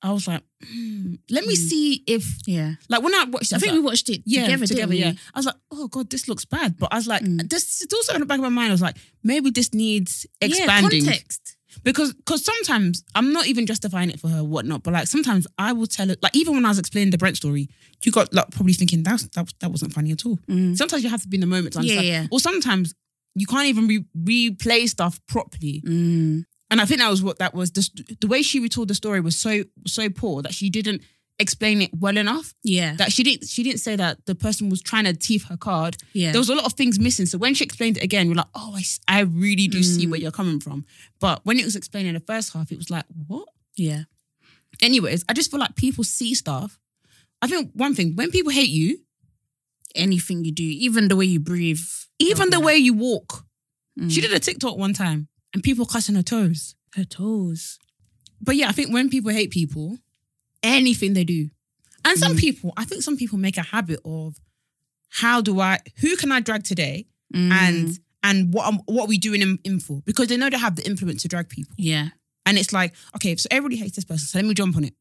A: I was like, hmm, "Let me
B: Mm.
A: see if
B: Yeah.
A: like when I watched, it,
B: I
A: was
B: think
A: like,
B: we watched it
A: yeah,
B: together.
A: together,
B: didn't we?
A: yeah. I was like, oh god, this looks bad. But I was like,
B: Mm.
A: this it's also in the back of my mind. I was like, maybe this needs expanding
B: Yeah, context.
A: because because sometimes I'm not even justifying it for her, or whatnot. But like sometimes I will tell it. Like even when I was explaining the Brent story, you got like probably thinking that that that wasn't funny at all.
B: Mm.
A: Sometimes you have to be in the moment to
B: Yeah,
A: understand,
B: yeah.
A: or sometimes you can't even re- replay stuff properly.
B: Mm.
A: And I think that was what that was. The, st- the way she retold the story was so so poor that she didn't explain it well enough
B: Yeah.
A: that she didn't she didn't say that the person was trying to thief her card.
B: yeah.
A: There was a lot of things missing. So when she explained it again, we're like, oh, I, s- I really do
B: Mm.
A: see where you're coming from. But when it was explained in the first half, it was like, what?
B: yeah.
A: Anyways, I just feel like people see stuff. I think one thing when people hate you,
B: Anything you do, even the way you breathe,
A: even the
B: Okay.
A: way you walk.
B: Mm.
A: She did a TikTok one time, and people cussing her toes.
B: her toes.
A: But yeah, I think when people hate people, anything they do, and some people, I think some people make a habit of, how do I? Who can I drag today? and and what am- what are we doing him in for? Because they know they have the influence to drag people,
B: yeah,
A: and it's like okay, so everybody hates this person, so let me jump on it,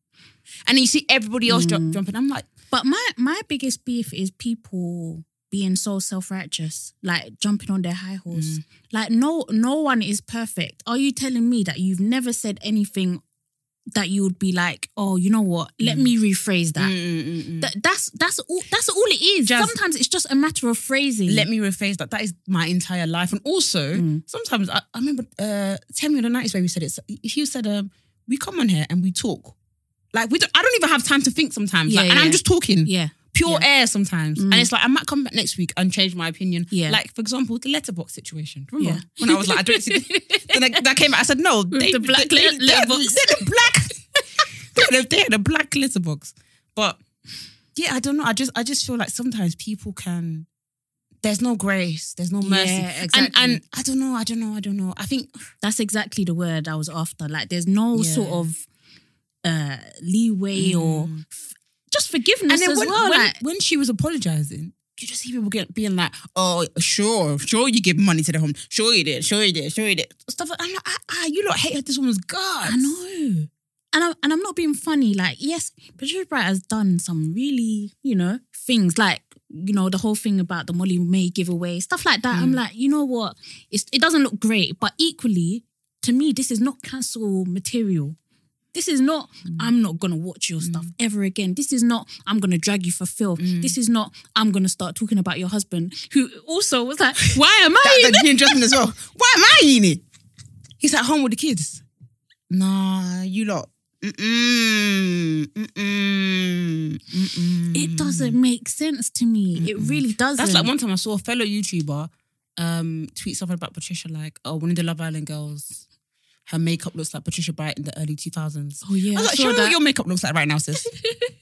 A: and then you see everybody else ju-
B: Mm.
A: jumping. I'm like,
B: but my my biggest beef is people being so self righteous, like jumping on their high horse.
A: Mm.
B: Like no no one is perfect. Are you telling me that you've never said anything that you would be like, oh, you know what? Let
A: Mm.
B: me rephrase that.
A: mm.
B: That, that's that's all that's all it is.
A: Just-
B: Sometimes it's just a matter of phrasing.
A: let me rephrase that. That is my entire life, and also
B: Mm.
A: sometimes I, I remember uh, Tammy on the night where we said it. so- He said, um, "We come on here and we talk." Like we don't, I don't even have time to think sometimes,
B: Yeah,
A: like, and
B: yeah.
A: I'm just talking.
B: yeah.
A: pure
B: Yeah.
A: air sometimes.
B: Mm.
A: And it's like I might come back next week and change my opinion.
B: Yeah.
A: Like for example, the letterbox situation. Remember
B: Yeah.
A: when I was like, I don't see. The, then I, that came out. I said no.
B: the black
A: they,
B: let- letterbox.
A: They, had a black. they, had a, they had a black letterbox. But yeah, I don't know. I just I just feel like sometimes people can. There's no grace. There's no mercy.
B: Yeah,
A: And,
B: exactly.
A: and I don't know. I don't know. I don't know. I think
B: That's exactly the word I was after. Like there's no
A: Yeah.
B: sort of uh leeway or
A: Mm.
B: just forgiveness
A: and then
B: as
A: when,
B: well.
A: when,
B: like,
A: when she was apologizing, you just see people get, being like, oh, sure, sure you give money to the home. Sure you did, sure you did, sure you did. Stuff like, I'm like, ah, ah, you lot hate this woman's guts.
B: I know. And I'm, and I'm not being funny. Like, yes, Patricia Bright has done some really, you know, things like, you know, the whole thing about the Molly May giveaway, stuff like that.
A: Mm.
B: I'm like, you know what? It's, it doesn't look great, but equally, to me, this is not cancel material. This is not,
A: Mm.
B: I'm not going to watch your stuff ever again. This is not, I'm going to drag you for filth.
A: Mm.
B: This is not, I'm going to start talking about your husband, who also was like, why am I in
A: That's like Ian Johnson as well. Why am I in it? He's at home with the kids. Nah, you lot. Mm-mm, mm-mm, mm-mm.
B: It doesn't make sense to me. It really doesn't.
A: Mm. That's like one time I saw a fellow YouTuber um, tweet something about Patricia, like, oh, one of the Love Island girls, her makeup looks like Patricia Bright in the early 2000s.
B: Oh yeah,
A: I was
B: I
A: like,
B: saw
A: show me
B: that.
A: what your makeup looks like right now, sis.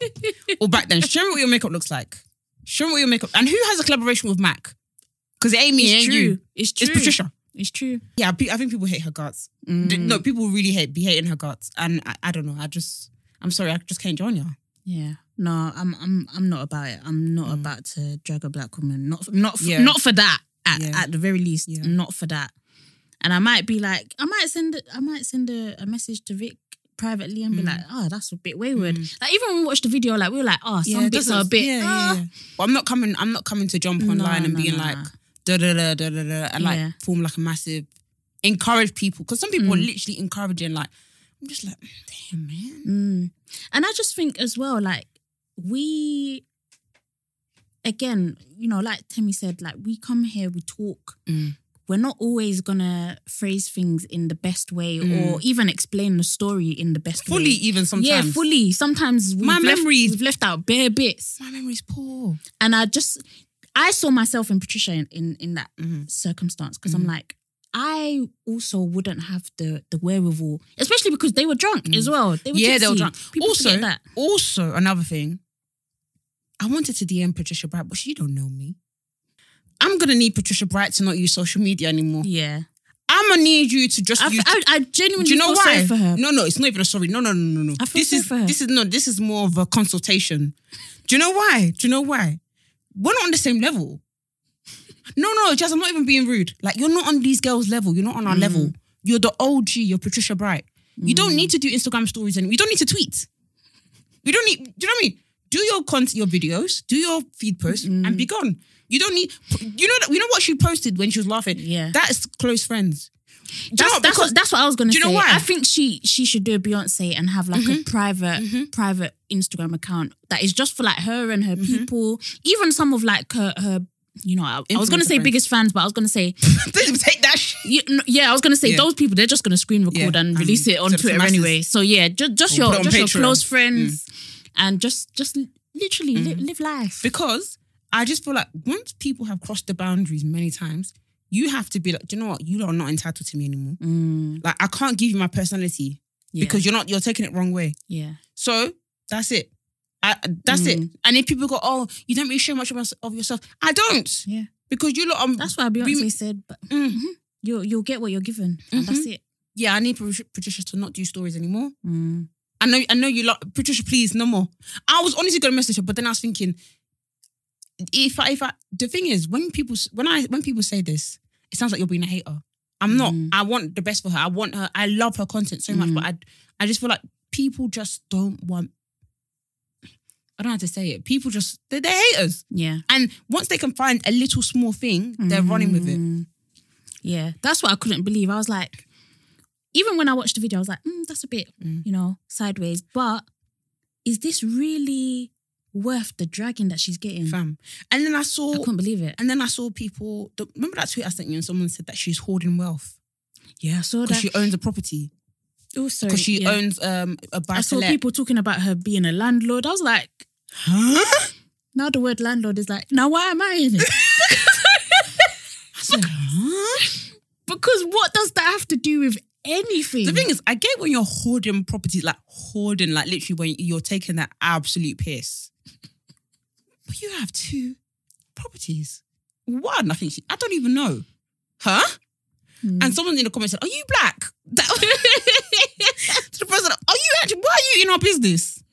A: or back then, show me what your makeup looks like. Show me what your makeup. And who has a collaboration with Mac? Because it ain't me, it
B: it's
A: ain't
B: true.
A: you.
B: It's true.
A: It's Patricia.
B: It's true.
A: Yeah, pe- I think people hate her guts. Th-
B: Mm.
A: No, people really hate be hating her guts, and I, I don't know. I just, I'm sorry, I just can't join you.
B: Yeah. No, I'm I'm I'm not about it. I'm not about to drag a black woman. Not not f-
A: Mm. Yeah.
B: not for that. At,
A: Yeah.
B: at the very least,
A: Yeah.
B: not for that. And I might be like, I might send I might send a, a message to Vic privately
A: Mm.
B: and be like, oh, that's a bit wayward. Like even when we watched the video, like we were like, oh, some bits are a bit.
A: Yeah,
B: ah.
A: yeah. But I'm not coming. I'm not coming to jump
B: No,
A: online and
B: no,
A: being
B: no.
A: like da da da da da da, and
B: Yeah. Mm.
A: like form like a massive encourage people because some people are literally encouraging. Like, I'm just like, damn man.
B: Mm. And I just think as well, like we, again, you know, like Temi said, like we come here, we talk.
A: Mm.
B: We're not always gonna phrase things in the best way, or even explain the story in the best
A: Mm. Fully,
B: way.
A: even sometimes.
B: Yeah, fully. Sometimes we've
A: My
B: left,
A: memory is-
B: we've left out bare bits,
A: My memory's poor.
B: and I just I saw myself in Patricia in in, in that
A: Mm-hmm.
B: circumstance because I'm like. I also wouldn't have the the wherewithal, especially because they were drunk as well. They were
A: Mm. yeah, they were
B: tipsy.
A: drunk.
B: People
A: also,
B: forget that.
A: also another thing. I wanted to DM Patricia Bright, but she don't know me. I'm gonna need Patricia Bright to not use social media anymore.
B: yeah,
A: I'm gonna need you to just
B: I,
A: use.
B: I, I genuinely
A: do you know
B: feel
A: why?
B: sorry for her.
A: No, no, it's not even a sorry. No, no, no, no, no.
B: I feel
A: this
B: sorry
A: is
B: for her.
A: this is no. This is more of a consultation. Do you know why? Do you know why? We're not on the same level. No, no, Jazz. I'm not even being rude. Like you're not on these girls' level. You're not on our
B: Mm.
A: level. You're the OG. You're Patricia Bright. You don't need to do Instagram stories and you don't need to tweet. You don't need. Do you know what I mean? Do your content, your videos, do your feed posts,
B: Mm.
A: and be gone. You don't need. You know that. You know what she posted when she was laughing.
B: Yeah.
A: that's close friends. Do you know what?
B: That's, that's,
A: Because-
B: what, that's what I was gonna
A: Do you
B: say.
A: know why? Mm-hmm.
B: I think she she should do a Beyonce and have like a private private Instagram account that is just for like her and her
A: Mm-hmm.
B: people, even some of like her her you know I, I was gonna
A: Influencer
B: say
A: friends.
B: biggest fans, but I was gonna say
A: take that shit.
B: you, no, yeah I was gonna say
A: Yeah.
B: those people they're just gonna screen record
A: Yeah,
B: and
A: and
B: release it on
A: to the
B: Twitter
A: masses.
B: anyway. So yeah, just just
A: Or put it
B: your
A: on
B: just your
A: Patreon. Mm.
B: close friends and just just literally li- live life.
A: Because I just feel like once people have crossed the boundaries many times, you have to be like, do you know what? You are not entitled to me anymore.
B: Mm,
A: Like I can't give you my personality
B: yeah,
A: because you're not. You're taking it wrong way.
B: yeah.
A: So that's it. I, that's
B: Mm.
A: it. And if people go, oh, you don't really show much of us- of yourself. I don't.
B: Yeah.
A: Because you lot. Um,
B: That's why Beyonce said, but
A: Mm.
B: Mhm. you'll you'll get what you're given, and that's
A: Mm-hmm.
B: it.
A: yeah, I need Pat- Patricia to not do stories anymore.
B: Mm.
A: I know, I know you lot, Patricia. Please, no more. I was honestly gonna message her, but then I was thinking, if I, if I, the thing is, when people, s- when I, when people say this, it sounds like you're being a hater. I'm not. I want the best for her. I want her. I love her content so much, but I, I just feel like people just don't want. I don't have to say it. People just they're, they're haters,
B: Yeah,
A: and once they can find a little small thing, they're running with it.
B: Mm. Yeah, that's what I couldn't believe. I was like, even when I watched the video, I was like, mm, that's a bit, you know, sideways. But is this really worth the dragging that she's getting?
A: Fam. And then I saw,
B: I couldn't believe it.
A: and then I saw people. the- Remember that tweet I sent you, and someone said that she's hoarding wealth.
B: Yeah, I saw that.
A: because she owns a property
B: also,
A: because she
B: yeah.
A: owns um a buy
B: I
A: to
B: saw
A: let.
B: people talking about her being a landlord. I was like,
A: Huh?
B: now the word landlord is like, now why am I in it?
A: I said, huh?
B: because what does that have to do with anything?
A: The thing is, I get when you're hoarding properties, like hoarding, like literally when you're taking that absolute piss. But you have two properties. One, I think she, I don't even know. Huh?
B: Hmm.
A: And someone in the comments said, Are you black? That- to the president, Are you actually, why are you in our business?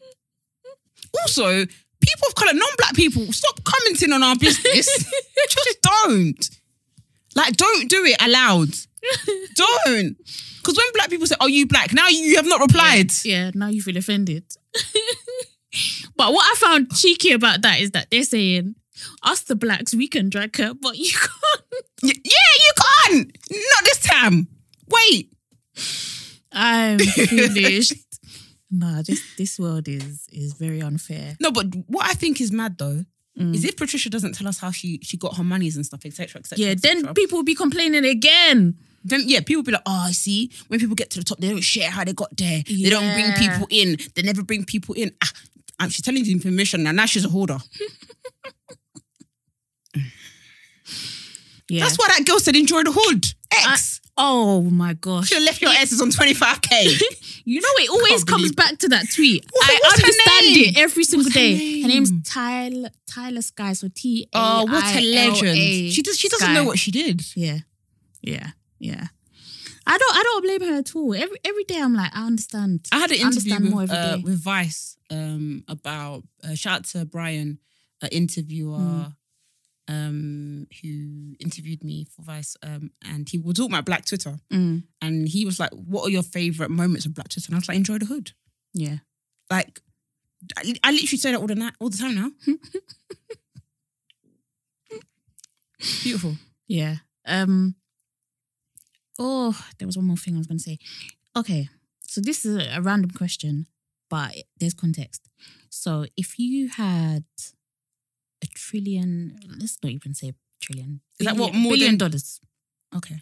A: Also, people people of color, non-black people, stop commenting on our business. Just don't. Like, don't do it aloud. don't. Because when black people say, "Are you black?" Now you have not replied.
B: Yeah, now you feel offended. but what I found cheeky about that is that they're saying, us the blacks, we can drag her, but you can't.
A: Y- yeah, you can't. Not this time. Wait.
B: I'm finished. nah, this this world is is very unfair.
A: No, but what I think is mad though
B: Mm.
A: is if Patricia doesn't tell us how she she got her monies and stuff, etc., etc.
B: Yeah, then people will be complaining again.
A: then yeah, people be like, oh, I see, when people get to the top, they don't share how they got there. They don't bring
B: Yeah.
A: people in. They never bring people in. Ah, and she's telling the information now. Now she's a hoarder.
B: Yeah.
A: That's why that girl said enjoy the hood.
B: I-
A: X.
B: oh my gosh.
A: should have left your S's on 25k.
B: You know, it always
A: Can't
B: comes
A: believe-
B: back to that tweet.
A: What-
B: I
A: what's her
B: understand
A: name?
B: it every single
A: What's her
B: day.
A: name?
B: Her, name's Tyler Tyler Sky. So T.
A: oh, what a legend.
B: A-I-L-A
A: She does she doesn't
B: Sky.
A: know what she did.
B: Yeah, yeah, yeah. I don't. I don't blame her at all. Every every day, I'm like, I understand.
A: I had an interview
B: Understand more
A: with,
B: every
A: uh,
B: day.
A: with Vice um, about uh, shout out to Brian, an interviewer um, who interviewed me for Vice, um, and he was talking about Black Twitter,
B: Mm,
A: and he was like, "What are your favorite moments of Black Twitter?" And I was like, "Enjoy the hood."
B: yeah,
A: Like, I, I literally say that all the night, all the time now. Beautiful.
B: yeah. Um. Oh, there was one more thing I was going to say. Okay, so this is a random question, but there's context. So if you had a trillion, let's not even say trillion.
A: Is that
B: billion-
A: what, more
B: billion
A: than-
B: dollars?
A: Okay.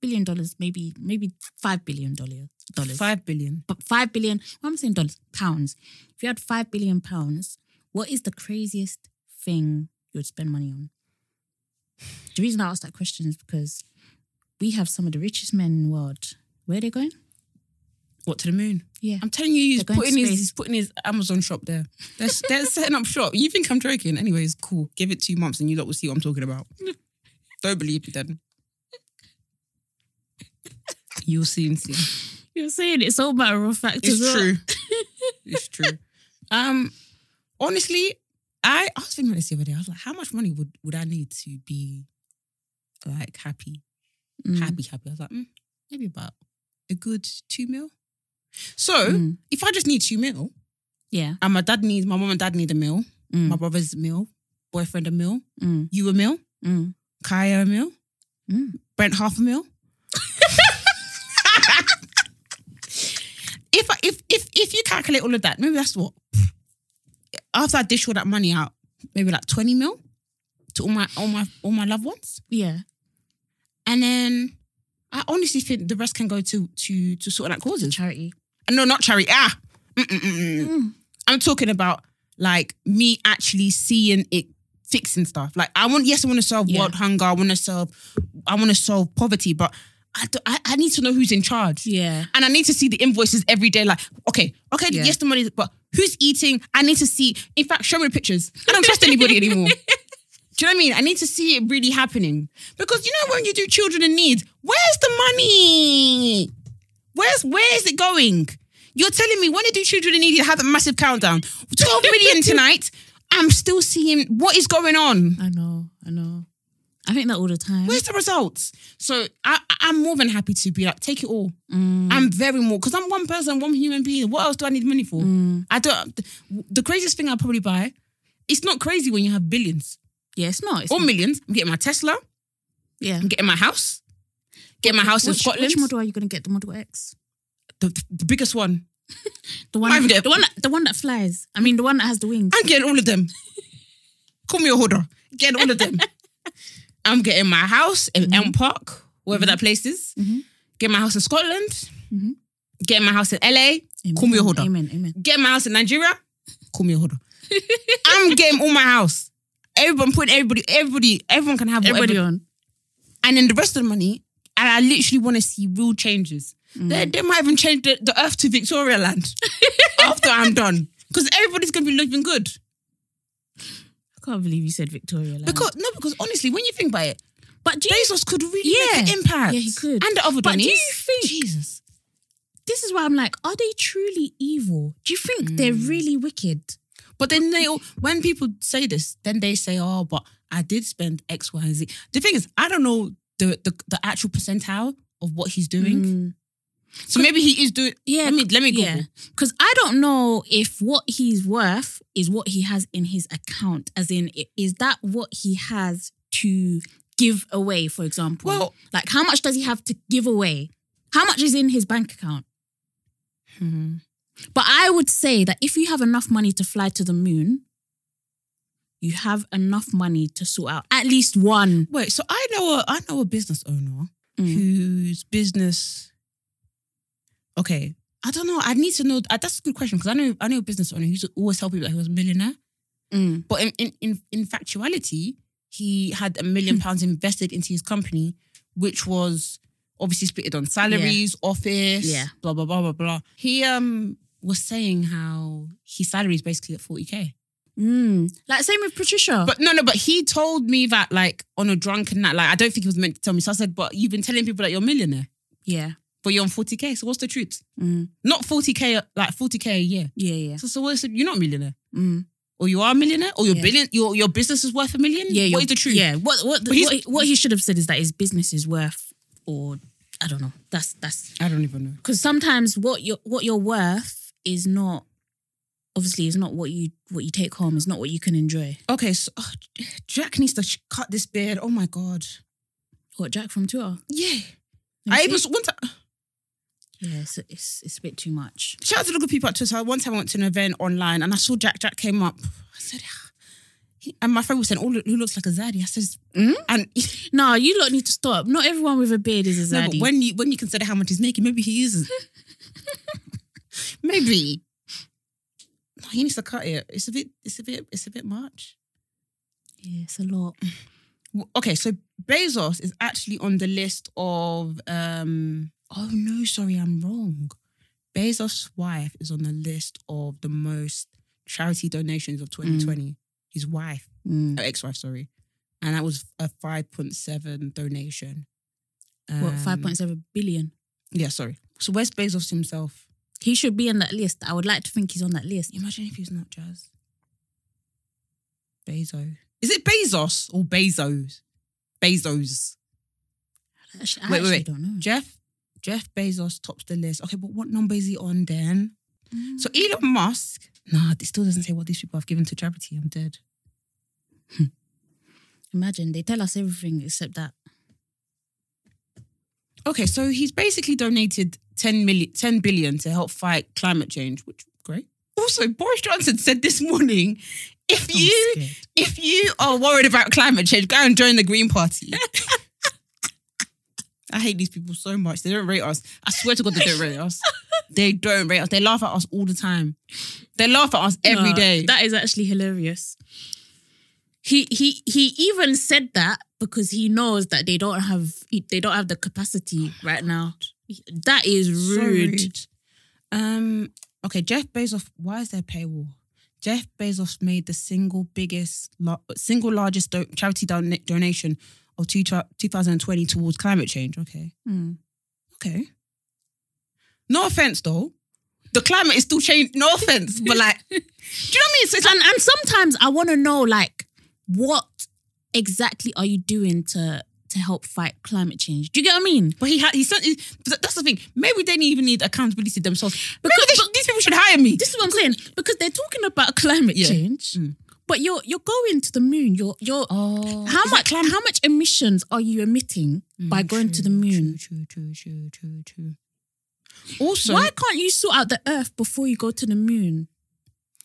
B: Billion dollars, maybe maybe five billion dollar- dollars.
A: Five billion.
B: but five billion. What I'm saying dollars, pounds. If you had five billion pounds, what is the craziest thing you would spend money on? The reason I asked that question is because we have some of the richest men in the world. Where are they going?
A: What to the moon?
B: Yeah.
A: I'm telling you, he's
B: They're going
A: putting
B: to
A: his
B: space.
A: he's putting his Amazon shop there. They're, they're setting up shop. You think I'm joking? Anyways, cool. Give it two months and you lot will see what I'm talking about. Don't believe me then. You'll soon see.
B: You're saying it's all matter of fact.
A: It's true. It's true. Um, honestly, I, I was thinking about this the other day. I was like, how much money would, would I need to be like happy? Happy, happy. I was like, mm, maybe about a good two mil. So
B: Mm.
A: if I just need two mil,
B: Yeah.
A: and my dad needs my mom and dad need a meal.
B: Mm.
A: My brother's a meal, boyfriend a meal,
B: Mm.
A: you a meal,
B: Mm.
A: Kaya a meal,
B: Mm.
A: Brent half a meal. if I, if if if you calculate all of that, maybe that's what. After I dish all that money out, maybe like twenty mil to all my all my all my loved ones,
B: Yeah.
A: and then I honestly think the rest can go to to to sort of like causes.
B: Charity.
A: No, not charity. Ah, Mm-mm-mm-mm.
B: Mm.
A: I'm talking about like me actually seeing it fixing stuff. Like I want, yes, I want to solve
B: Yeah.
A: world hunger. I want to solve, I want to solve poverty, but I, do, I, I need to know who's in charge.
B: Yeah.
A: And I need to see the invoices every day. Like, okay, okay,
B: Yeah.
A: yes, the money, but who's eating? I need to see. In fact, show me pictures. I don't trust anybody anymore. Do you know what I mean? I need to see it really happening because you know when you do children in need, where's the money? Where's where is it going? You're telling me when they do children in need, you have a massive countdown, twelve million tonight. I'm still seeing what is going on.
B: I know. I know. I think that all the time.
A: Where's the results? So I, I- I'm more than happy to be like, take it all.
B: Mm.
A: I'm very more because I'm one person, one human being. What else do I need money for?
B: Mm.
A: I don't. The craziest thing I probably buy. It's not crazy when you have billions
B: Yeah, it's not. It's
A: or
B: not.
A: millions. I'm getting my Tesla.
B: Yeah.
A: I'm getting my house. Getting my house in
B: Which-
A: Scotland.
B: Which model are you going to get? The Model X?
A: the, the- the biggest one.
B: The one,
A: Might be
B: the,
A: there.
B: one, that, the one that flies. I mean, the one that has the wings.
A: I'm getting all of them. Call me a hoarder. Getting all of them. I'm getting my house in Elm Park, wherever that place is.
B: Mhm.
A: Getting my house in Scotland.
B: Mhm.
A: Getting my house Mm-hmm. in LA.
B: Amen.
A: Call me a hoarder.
B: Amen. Amen.
A: Getting my house in Nigeria. Call me a hoarder. I'm getting all my house. Everyone put everybody, everybody, everyone can have whatever
B: Everybody on.
A: and then the rest of the money, and I literally want to see real changes. They, they might even change the, the earth to Victoria land after I'm done. Because everybody's gonna be looking good.
B: I can't believe you said Victoria. Land.
A: Because no, because honestly, when you think about it,
B: but do you,
A: Bezos could really make
B: Yeah.
A: an impact.
B: Yeah, he could.
A: And the other
B: But do
A: Donnies.
B: you think-
A: Jesus? Hmm.
B: this is why I'm like, are they truly evil? Do you think they're really wicked?
A: But then they, all- when people say this, then they say, "Oh, but I did spend X, Y, and Z." The thing is, I don't know the the, the actual percentile of what he's doing.
B: Mm.
A: So maybe he is doing.
B: Yeah,
A: Let me let me go.
B: yeah. Because I don't know if what he's worth is what he has in his account. As in, i- is that what he has to give away? For example,
A: Well-
B: like how much does he have to give away? How much is in his bank account? Hmm. But I would say that if you have enough money to fly to the moon, you have enough money to sort out at least one.
A: Wait, so I know a I know a business owner
B: Mm.
A: whose business. Okay, I don't know. I need to know. uh, That's a good question because I know I know a business owner who used to always tell people that he was a millionaire,
B: Mm.
A: but in in in, in factuality, he had a million pounds invested into his company, which was obviously split on salaries, office,
B: Yeah.
A: blah blah blah blah blah. He um was saying how his salary is basically at forty k.
B: Mm. Like same with Patricia.
A: But no, no, but he told me that like on a drunken night, like I don't think he was meant to tell me. So I said, but you've been telling people that you're a millionaire,
B: yeah.
A: but you're on 40K. So what's the truth?
B: Mm.
A: Not 40K, like 40K a year.
B: Yeah. Yeah.
A: So, so what's the, you're not a millionaire
B: Mm.
A: or you are a millionaire or your
B: Yeah.
A: billion, your, your business is worth a million.
B: Yeah,
A: What
B: your-
A: is the truth?
B: Yeah, what what
A: But he's-
B: what, he- what he should have said is that his business is worth, or I don't know. That's that's
A: I don't even know.
B: because sometimes what your what you're worth is not obviously is not what you what you take home is not what you can enjoy.
A: Okay, so oh, Jack needs to sh- cut this beard. Oh my God.
B: What Jack from Twitter?
A: Yeah.
B: You
A: I
B: see?
A: even, one time,
B: yeah, it's, it's it's a bit too much.
A: shout out to the good people at Twitter. One time I went to an event online and I saw Jack. Jack came up. I said, "Ah." He- and my friend was saying, oh, look, who looks like a zaddy? I says,
B: Mm?
A: and
B: No, you lot need to stop. Not everyone with a beard is a
A: No,
B: zaddy.
A: but when you when you consider how much he's making, maybe he isn't. maybe. No, he needs to cut it. It's a bit. It's a bit. It's a bit much.
B: yeah, it's a lot.
A: W- Okay, so Bezos is actually on the list of. um Oh no, sorry, I'm wrong. Bezos' wife is on the list of the most charity donations of 2020. His wife,
B: Mm.
A: her ex-wife, sorry, and that was a 5.7 donation.
B: what
A: Um,
B: five point seven billion?
A: Yeah, sorry. So where's Bezos himself?
B: He should be on that list. I would like to think he's on that list.
A: Imagine if he's not Jazz. Bezos. Is it Bezos or Bezos? Bezos.
B: Actually, I
A: Wait, wait,
B: actually
A: wait.
B: don't know.
A: Jeff. Jeff Bezos tops the list. Okay, but what number is he on then?
B: Mm.
A: So Elon Musk. Nah, it still doesn't say what these people have given to charity. I'm dead.
B: Imagine they tell us everything except that.
A: Okay, so he's basically donated 10 million, 10 billion to help fight climate change, which great. Also, Boris Johnson said this morning, if
B: I'm
A: you
B: scared.
A: if you are worried about climate change, go and join the Green Party. I hate these people so much. They don't rate us. I swear to God, they don't rate us. They don't rate us. They laugh at us all the time. They laugh at us every
B: No,
A: day.
B: That is actually hilarious. He he he even said that because he knows that they don't have they don't have the capacity right now. That is
A: So
B: rude.
A: Um. Okay, Jeff Bezos. Why is there a paywall? Jeff Bezos made the single biggest, la- single largest do- charity don- donation of two, 2020 towards climate change. Okay.
B: Mm.
A: Okay. No offense though. The climate is still changing. No offense, but like, do you know what I mean? So it's like,
B: And and sometimes I want to know like what exactly are you doing to to help fight climate change? Do you get what I mean?
A: but he had, he sent, he- but that's the thing. Maybe they didn't even need accountability themselves. Maybe they should, these people should hire me.
B: This is what I'm saying because they're talking about climate
A: Yeah.
B: change,
A: Mm.
B: but you're you're going to the moon. You're you're
A: Oh,
B: how much how much emissions are you emitting by going to the moon?
A: Mm, True, true, true, true, true. Also,
B: Why can't you sort out the Earth before you go to the moon?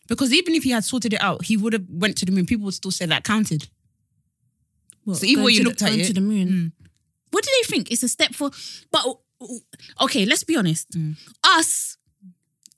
A: because even if he had sorted it out, he would have went to the moon. People would still say that counted.
B: Well,
A: So even
B: going
A: when you
B: to the-
A: looked at
B: going
A: it- hmm.
B: to the moon, what do they think? It's a step for, but okay, let's be honest.
A: Mm.
B: Us,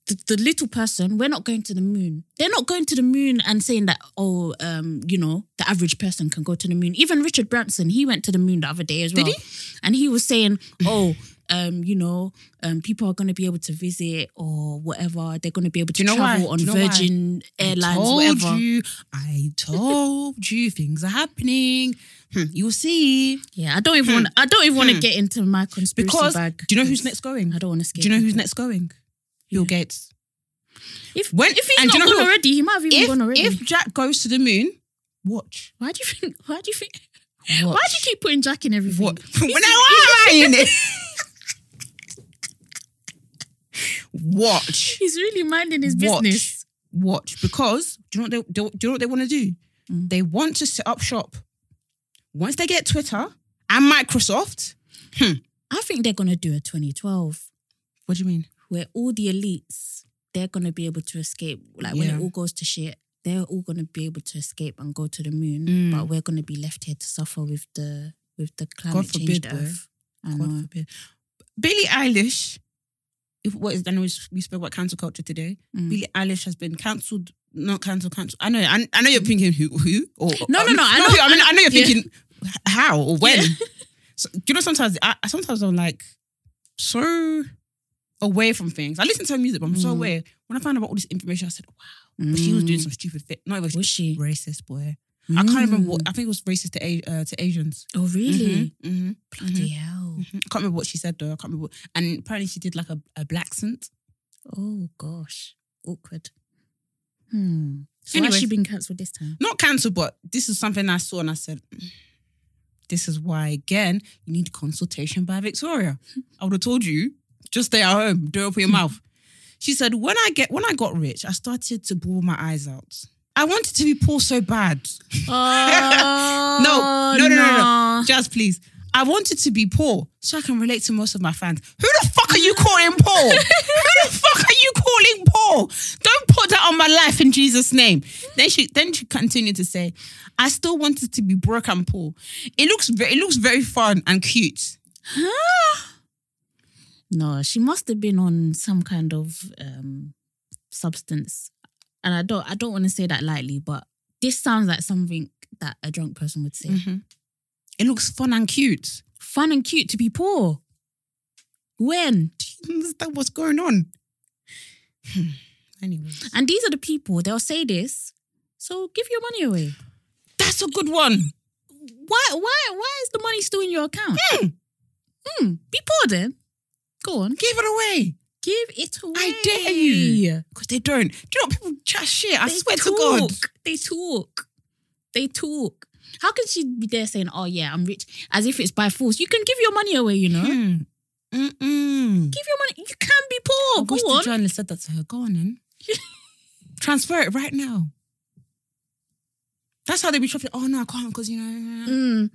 B: the, the little person, we're not going to the moon. They're not going to the moon and saying that oh, um, you know, the average person can go to the moon. Even Richard Branson, he went to the moon the other day as well,
A: Did he?
B: and he was saying oh. Um, you know, um, people are going to be able to visit or whatever. They're going to be able to
A: you know
B: travel
A: why?
B: on
A: Do you know why?
B: Virgin Airlines,
A: told
B: whatever.
A: you, I told you, things are happening. Hmm, you'll see.
B: Yeah, I don't even want. I don't even want to get into my conspiracy
A: Hmm. Because
B: bag.
A: do you know who's next going?
B: I don't want to.
A: Do you know who's next going? Bill Gates.
B: If
A: When-
B: if he's
A: and do you
B: not
A: know
B: gone
A: who-
B: already, he might have even
A: If,
B: gone already.
A: if Jack goes to the moon, watch.
B: why do you think? Why do you think? Why do you keep putting Jack in everything?
A: What? when I am I in it? Watch.
B: He's really minding his
A: Watch.
B: business.
A: Watch. Because do you know what they do, you know what they want to do?
B: Mm.
A: They want to set up shop. Once they get Twitter and Microsoft,
B: I think they're gonna do a 2012
A: what do you mean?
B: where all the elites they're gonna be able to escape. Like when
A: Yeah.
B: it all goes to shit, they're all gonna be able to escape and go to the moon,
A: Mm.
B: but we're gonna be left here to suffer with the with the climate
A: forbid,
B: change
A: boy.
B: earth. I
A: God
B: know.
A: forbid. Billie Eilish, if what is I know we s- we spoke about cancel culture today.
B: Mm.
A: Billie Eilish has been cancelled, not cancelled, cancelled. I know, I, I know you're thinking who, who, or
B: No, no,
A: um,
B: no, I know-
A: who, I mean, I know you're
B: yeah.
A: thinking h- how or when.
B: Yeah.
A: So, do you know sometimes I I- sometimes I'm like so away from things. I listen to her music, but I'm so
B: Mm.
A: away. When I found out all this information, I said, "Wow!" But she was doing some stupid thing. Not even
B: Was she?
A: racist, boy. I can't remember what. I think it was racist to A- uh, to Asians.
B: Mm. Oh really?
A: Mhm, mhm.
B: Bloody hell!
A: Mhm. I can't remember what she said though. I can't remember. What, and apparently she did like a, a black accent.
B: Oh gosh, awkward. Hmm. So
A: Anyways.
B: why's she been cancelled this time?
A: Not cancelled, but this is something I saw and I said, "Mm, this is why again you need consultation by Victoria. I would have told you just stay at home, don't open your mouth. She said when I get when I got rich, I started to bawl my eyes out. I wanted to be poor so bad.
B: Oh
A: no, no, no, no, no. Just please. I wanted to be poor so I can relate to most of my fans. Who the fuck are you calling poor? Who the fuck are you calling poor? Don't put that on my life in Jesus' name. Then she then she continued to say, I still wanted to be broke and poor. It looks very it looks very fun and cute.
B: No, she must have been on some kind of um substance. And I don't I don't want to say that lightly, but this sounds like something that a drunk person would say.
A: It looks fun and cute.
B: Fun and cute to be poor. When?
A: Do you understand what's going on? Hmm. anyway.
B: And these are the people, they'll say this. So give your money away.
A: That's a good one.
B: Why why why is the money still in your account? Hmm, be poor then. Go on.
A: Give it away.
B: Give it away.
A: I dare you. Because they don't. Do you know what people chat shit? I
B: They
A: swear
B: talk.
A: to God.
B: They talk. They talk. How can she be there saying, oh yeah, I'm rich, as if it's by force? You can give your money away, you know?
A: Hmm. Mm-mm.
B: Give your money. You can be poor. Oh, Go
A: wish
B: on.
A: the journalist said that to her. Go on then. Transfer it right now. That's how they be trapping. Oh no, I can't because you know
B: Mm.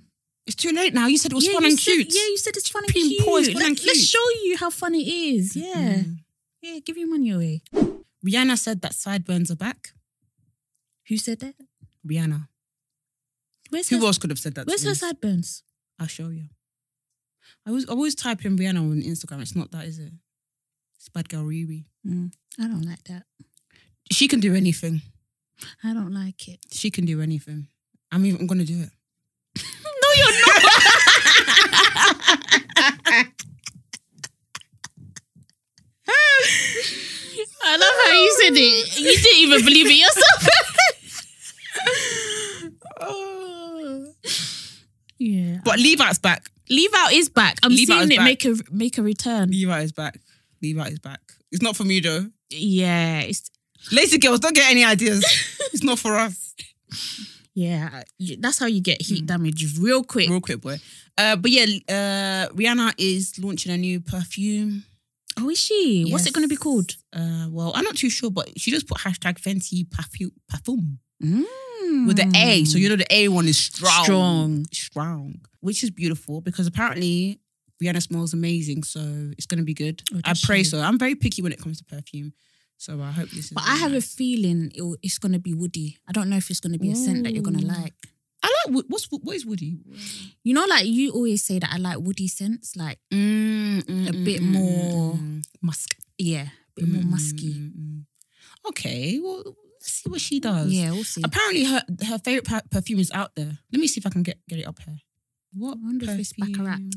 A: it's too late now. You said it was
B: Yeah,
A: fun
B: you
A: and
B: said-
A: cute.
B: Yeah, you said it's fun and
A: Being
B: cute.
A: poor is fun
B: Let,
A: and
B: Let's
A: cute.
B: show you how fun it is. Yeah.
A: Mm.
B: Yeah, give your money away.
A: Rihanna said that sideburns are back.
B: Who said that?
A: Rihanna.
B: Where's
A: Who
B: her,
A: else could have said that? to
B: where's
A: me?
B: her sideburns?
A: I'll show you. I always, I always type in Rihanna on Instagram. It's not that, is it? It's bad girl Riri.
B: Mm. I don't like that.
A: She can do anything.
B: I don't like it.
A: She can do anything. I mean, I'm gonna do it.
B: No, you're not. I love how you said it. You didn't even believe it yourself. yeah.
A: But Levi's back.
B: Leave out is back. I'm
A: Leave Out is
B: seeing it
A: back.
B: make a make a return.
A: Levi is back. Levi is back. It's not for me though.
B: Yeah. It's
A: Lazy girls, don't get any ideas. it's not for us.
B: yeah. You- That's how you get heat damage real quick.
A: Mm. Real quick, boy. Uh, but yeah, uh, Rihanna is launching a new perfume.
B: Oh, is she? What's it
A: Yes.
B: gonna be called?
A: Uh, well, I'm not too sure, but she just put hashtag Fenty perfume, perfume
B: Mm.
A: with the A. So you know the A one is strong.
B: Strong.
A: Strong. Which is beautiful because apparently Rihanna smells amazing. So it's going to be good.
B: Oh,
A: I
B: does
A: pray
B: she?
A: so. I'm very picky when it comes to perfume. So I hope this is.
B: But I have a
A: nice.
B: feeling it'll, it's gonna be woody. I don't know if it's gonna be a scent that you're gonna
A: Ooh.
B: like.
A: I like Wo- what's what is Woody?
B: You know, like you always say that I like woody scents, like
A: Mm, mm,
B: a
A: mm,
B: bit
A: mm,
B: more
A: mm,
B: musk. Yeah, a bit more
A: mm,
B: musky.
A: mm, mm. Okay, well, let's see what she does.
B: Yeah, we'll see.
A: Mm. Apparently, her her favorite per- perfume is out there. Let me see if I can get get it up here. What
B: I wonder if it's Baccarat.
A: perfume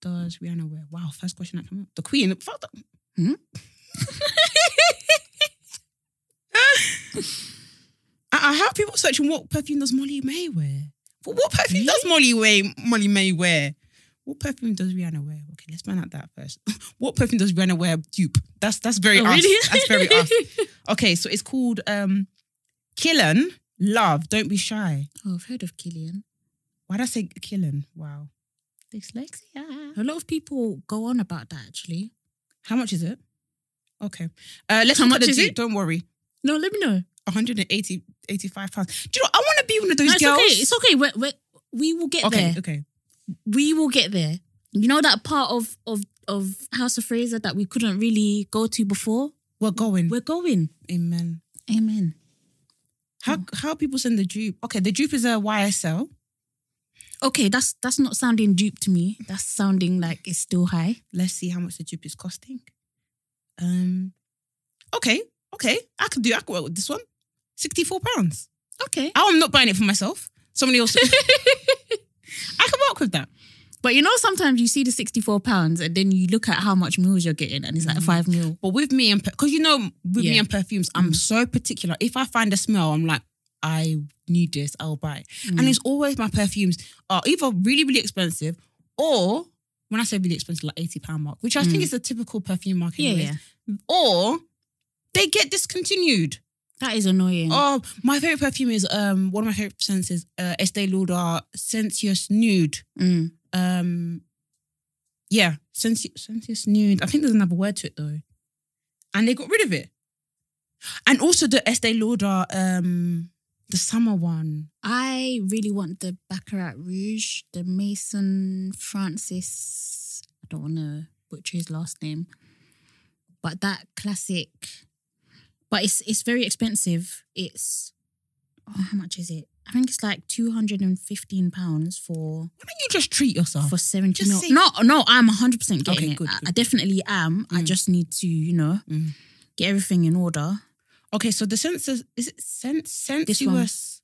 A: does Rihanna wear? Wow, first question that came up. The Queen. Fuck the-
B: Hmm?
A: I, I have people searching what perfume does Molly May wear. But what perfume does Molly May Molly May wear? What perfume does Rihanna wear? Okay, let's find out that first. what perfume does Rihanna wear? Dupe. That's that's very
B: Oh,
A: us.
B: really?
A: That's very us. Okay, so it's called um, Killen Love. Don't be shy.
B: Oh, I've heard of Killian.
A: Why did I say Killen? Wow.
B: Dyslexia. A lot of people go on about that actually.
A: How much is it? Okay. Uh, let's
B: How
A: look at
B: much
A: the
B: is
A: deep.
B: it?
A: Don't worry.
B: No, let me know.
A: 180, 85 pounds. Do you know? I want to be one of those
B: No, it's
A: girls.
B: okay. It's okay. We're, we're, we will get
A: okay.
B: there.
A: Okay.
B: We will get there. You know that part of of of House of Fraser that we couldn't really go to before.
A: We're going.
B: We're going.
A: Amen.
B: Amen.
A: How how people send the dupe? Okay, the dupe is a YSL.
B: Okay, that's that's not sounding dupe to me. That's sounding like it's still high.
A: Let's see how much the dupe is costing. Um, okay, okay, I could do. I could work with this one. Sixty four pounds.
B: Okay,
A: Oh, I'm not buying it for myself. Somebody else. I can work with that.
B: but you know sometimes you see the sixty four pounds and then you look at how much meals you're getting and
A: Mm.
B: it's like five meal.
A: But with me and because you know with me
B: Yeah. Mm.
A: and perfumes, I'm so particular. If I find a smell, I'm like, I need this. I'll buy it.
B: Mm.
A: And it's always my perfumes are either really really expensive or when I say really expensive, like eighty pound mark, which I think is the typical perfume market.
B: Mm. Yeah, yeah.
A: Or they get discontinued.
B: That is annoying.
A: Oh, my favorite perfume is um one of my favorite scents is uh, Estee Lauder Sensuous Nude.
B: Mm.
A: Um, yeah, sensu- sensuous nude. I think there's another word to it though, and they got rid of it. And also the Estee Lauder, um, the summer one.
B: I really want the Baccarat Rouge, the Mason Francis. I don't want to butcher his last name, but that classic. But it's it's very expensive. It's oh, how much is it? I think it's like two hundred and fifteen pounds for
A: Why don't you just treat yourself?
B: for seventy
A: Oh. Just
B: mil.
A: say-
B: No, no, I'm hundred percent getting
A: Okay,
B: it.
A: good,
B: I,
A: good.
B: I definitely am. I
A: Mm.
B: just need to, you know,
A: Mm.
B: get everything in order.
A: okay, so the sensuous is it sen- sensuous?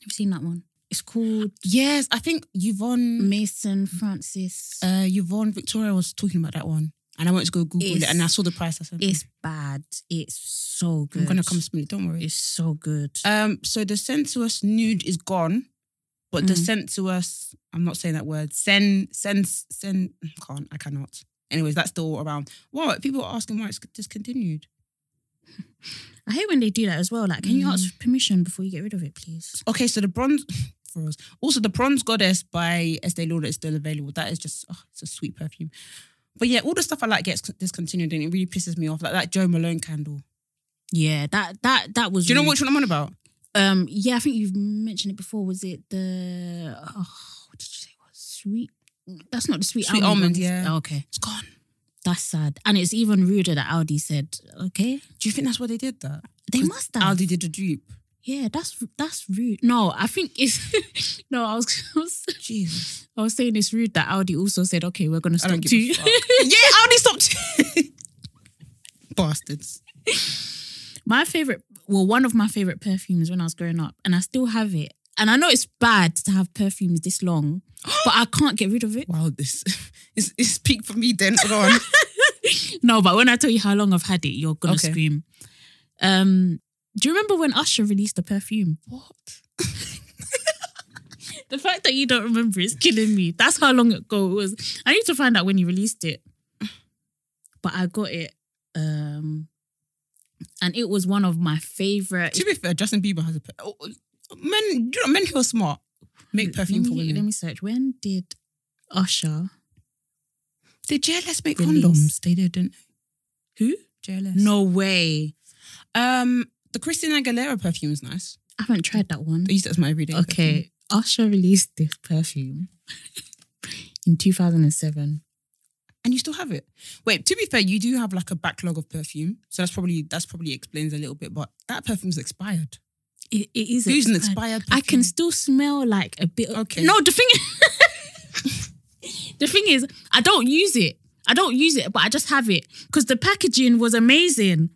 B: Have you seen that one? It's called
A: Yes, I think Yvonne,
B: Mason Francis.
A: uh, Yvonne Victoria was talking about that one, and I went to go Google it,
B: It's-
A: and I saw the price. I said, "Mm,
B: It's bad. It's so good.
A: I'm gonna come smell it. Don't worry.
B: It's so good.
A: Um, so the sensuous nude is gone, but the
B: Mm.
A: sensuous, I'm not saying that word. Sen, sense, sen, can't, I cannot. Anyways, that's still around. Wow, people are asking why it's discontinued.
B: I hate when they do that as well. Like, can you
A: Mm.
B: ask permission before you get rid of it, please?
A: Okay, so the bronze, for us. Also, the bronze goddess by Estee Lauder is still available. That is just, oh, it's a sweet perfume. But yeah, all the stuff I like gets discontinued, and it really pisses me off. Like that Joe Malone candle.
B: Yeah, that that that was.
A: Do you know
B: rude.
A: which one I'm on about?
B: Um, yeah, I think you've mentioned it before. Was it the? Oh, what did you say? It was sweet. That's not the sweet,
A: Sweet almond,
B: almond. one, is it?
A: yeah.
B: Oh, okay,
A: It's gone.
B: that's sad, and it's even ruder that Aldi said. Okay,
A: Do you think that's why they did that?
B: they
A: 'Cause
B: must have.
A: Aldi did a dupe.
B: Yeah, that's that's rude. No, I think it's. no, I was, I was
A: Jesus.
B: I was saying it's rude that Aldi also said, okay, we're gonna
A: I
B: stop
A: don't give
B: too.
A: a fuck. yeah, I only stopped. Bastards.
B: My favorite, well, one of my favorite perfumes when I was growing up, and I still have it. And I know it's bad to have perfumes this long, but I can't get rid of it.
A: Wow, this is it's peak for me then on.
B: No, but when I tell you how long I've had it, you're gonna
A: Okay.
B: scream. Um, do you remember when Usher released the perfume?
A: what?
B: The fact that you don't remember is killing me. That's how long ago it was. I need to find out when you released it. But I got it. Um, and it was one of my favorite.
A: To be fair, Justin Bieber has a per- oh, men. You know, men who are smart make perfume
B: let
A: for
B: me, Let
A: women.
B: me search. When did Usher?
A: Did JLS make
B: Release.
A: condoms? They did, didn't they? Who? JLS.
B: No way.
A: Um, the Christina Aguilera perfume is nice.
B: I haven't tried that one.
A: I use it as my everyday. perfume.
B: Okay. Usher released this perfume in 2007.
A: And you still have it. Wait. To be fair, you do have like a backlog of perfume, so that's probably that's probably explains a little bit. But that perfume's expired.
B: It, it is
A: Who's an expired?
B: I can
A: perfume?
B: still smell like a bit. Of,
A: Okay.
B: No, the thing. the thing is, I don't use it. I don't use it, but I just have it because the packaging was amazing.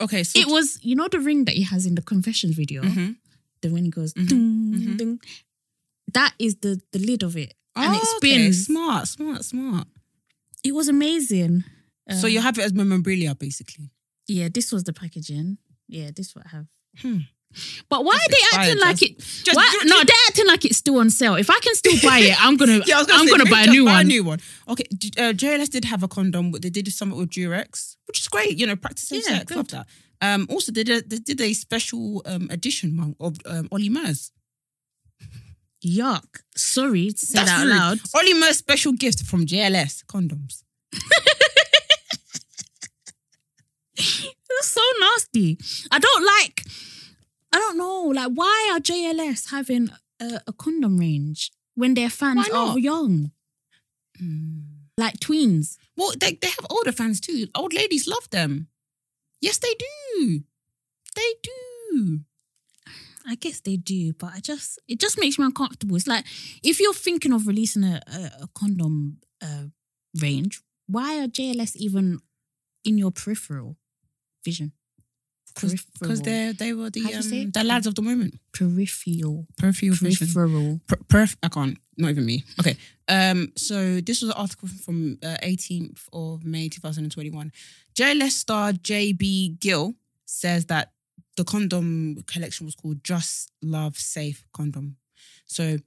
A: Okay. So
B: It was, you know, the ring that he has in the confessions video.
A: Mhm.
B: The when he goes,
A: Mm-hmm.
B: "Dun, dun." that is the the lid of it, and it
A: Oh, okay.
B: spins.
A: Smart, smart, smart.
B: It was amazing.
A: so you have it as memorabilia, basically.
B: Yeah, this was the packaging. Yeah, this what I have.
A: Hmm.
B: But why
A: That's
B: are they
A: expired,
B: acting like
A: just-
B: it?
A: just
B: why-
A: do-
B: no,
A: do-
B: they're acting like it's still on sale. If I can still buy it, I'm gonna.
A: Yeah, I was gonna
B: I'm
A: say,
B: gonna
A: maybe
B: buy a
A: just
B: new
A: buy
B: one.
A: A new one. Okay, d- uh, JLS did have a condom, but they did something with Durex, which is great. You know, practice safe
B: Yeah,
A: sex.
B: good.
A: Love that. Um, also, they did a, they did a special um, edition mum, of um, Ollie Murs.
B: Yuck. Sorry to say
A: That's
B: that out
A: rude.
B: loud.
A: Ollie Murs special gift from JLS condoms.
B: That's so nasty. I don't like. I don't know. Like, why are JLS having a, a condom range when their fans
A: Why not?
B: are young, like tweens?
A: Well, they, they have older fans too. Old ladies love them. Yes, they do. They do.
B: I guess they do, but I just it just makes me uncomfortable. It's like if you're thinking of releasing a, a, a condom uh, range, why are JLS even in your peripheral vision?
A: Because
B: Peripheral.
A: they they were the
B: How do you say
A: um,
B: it?
A: the lads of the moment.
B: peripheral.
A: Peripheral vision.
B: Peripheral.
A: Per- perf- I can't. Not even me. Okay. Um. So this was an article from uh, 18th of May 2021. JLS star JB Gill says that the condom collection was called Just Love Safe Condom. So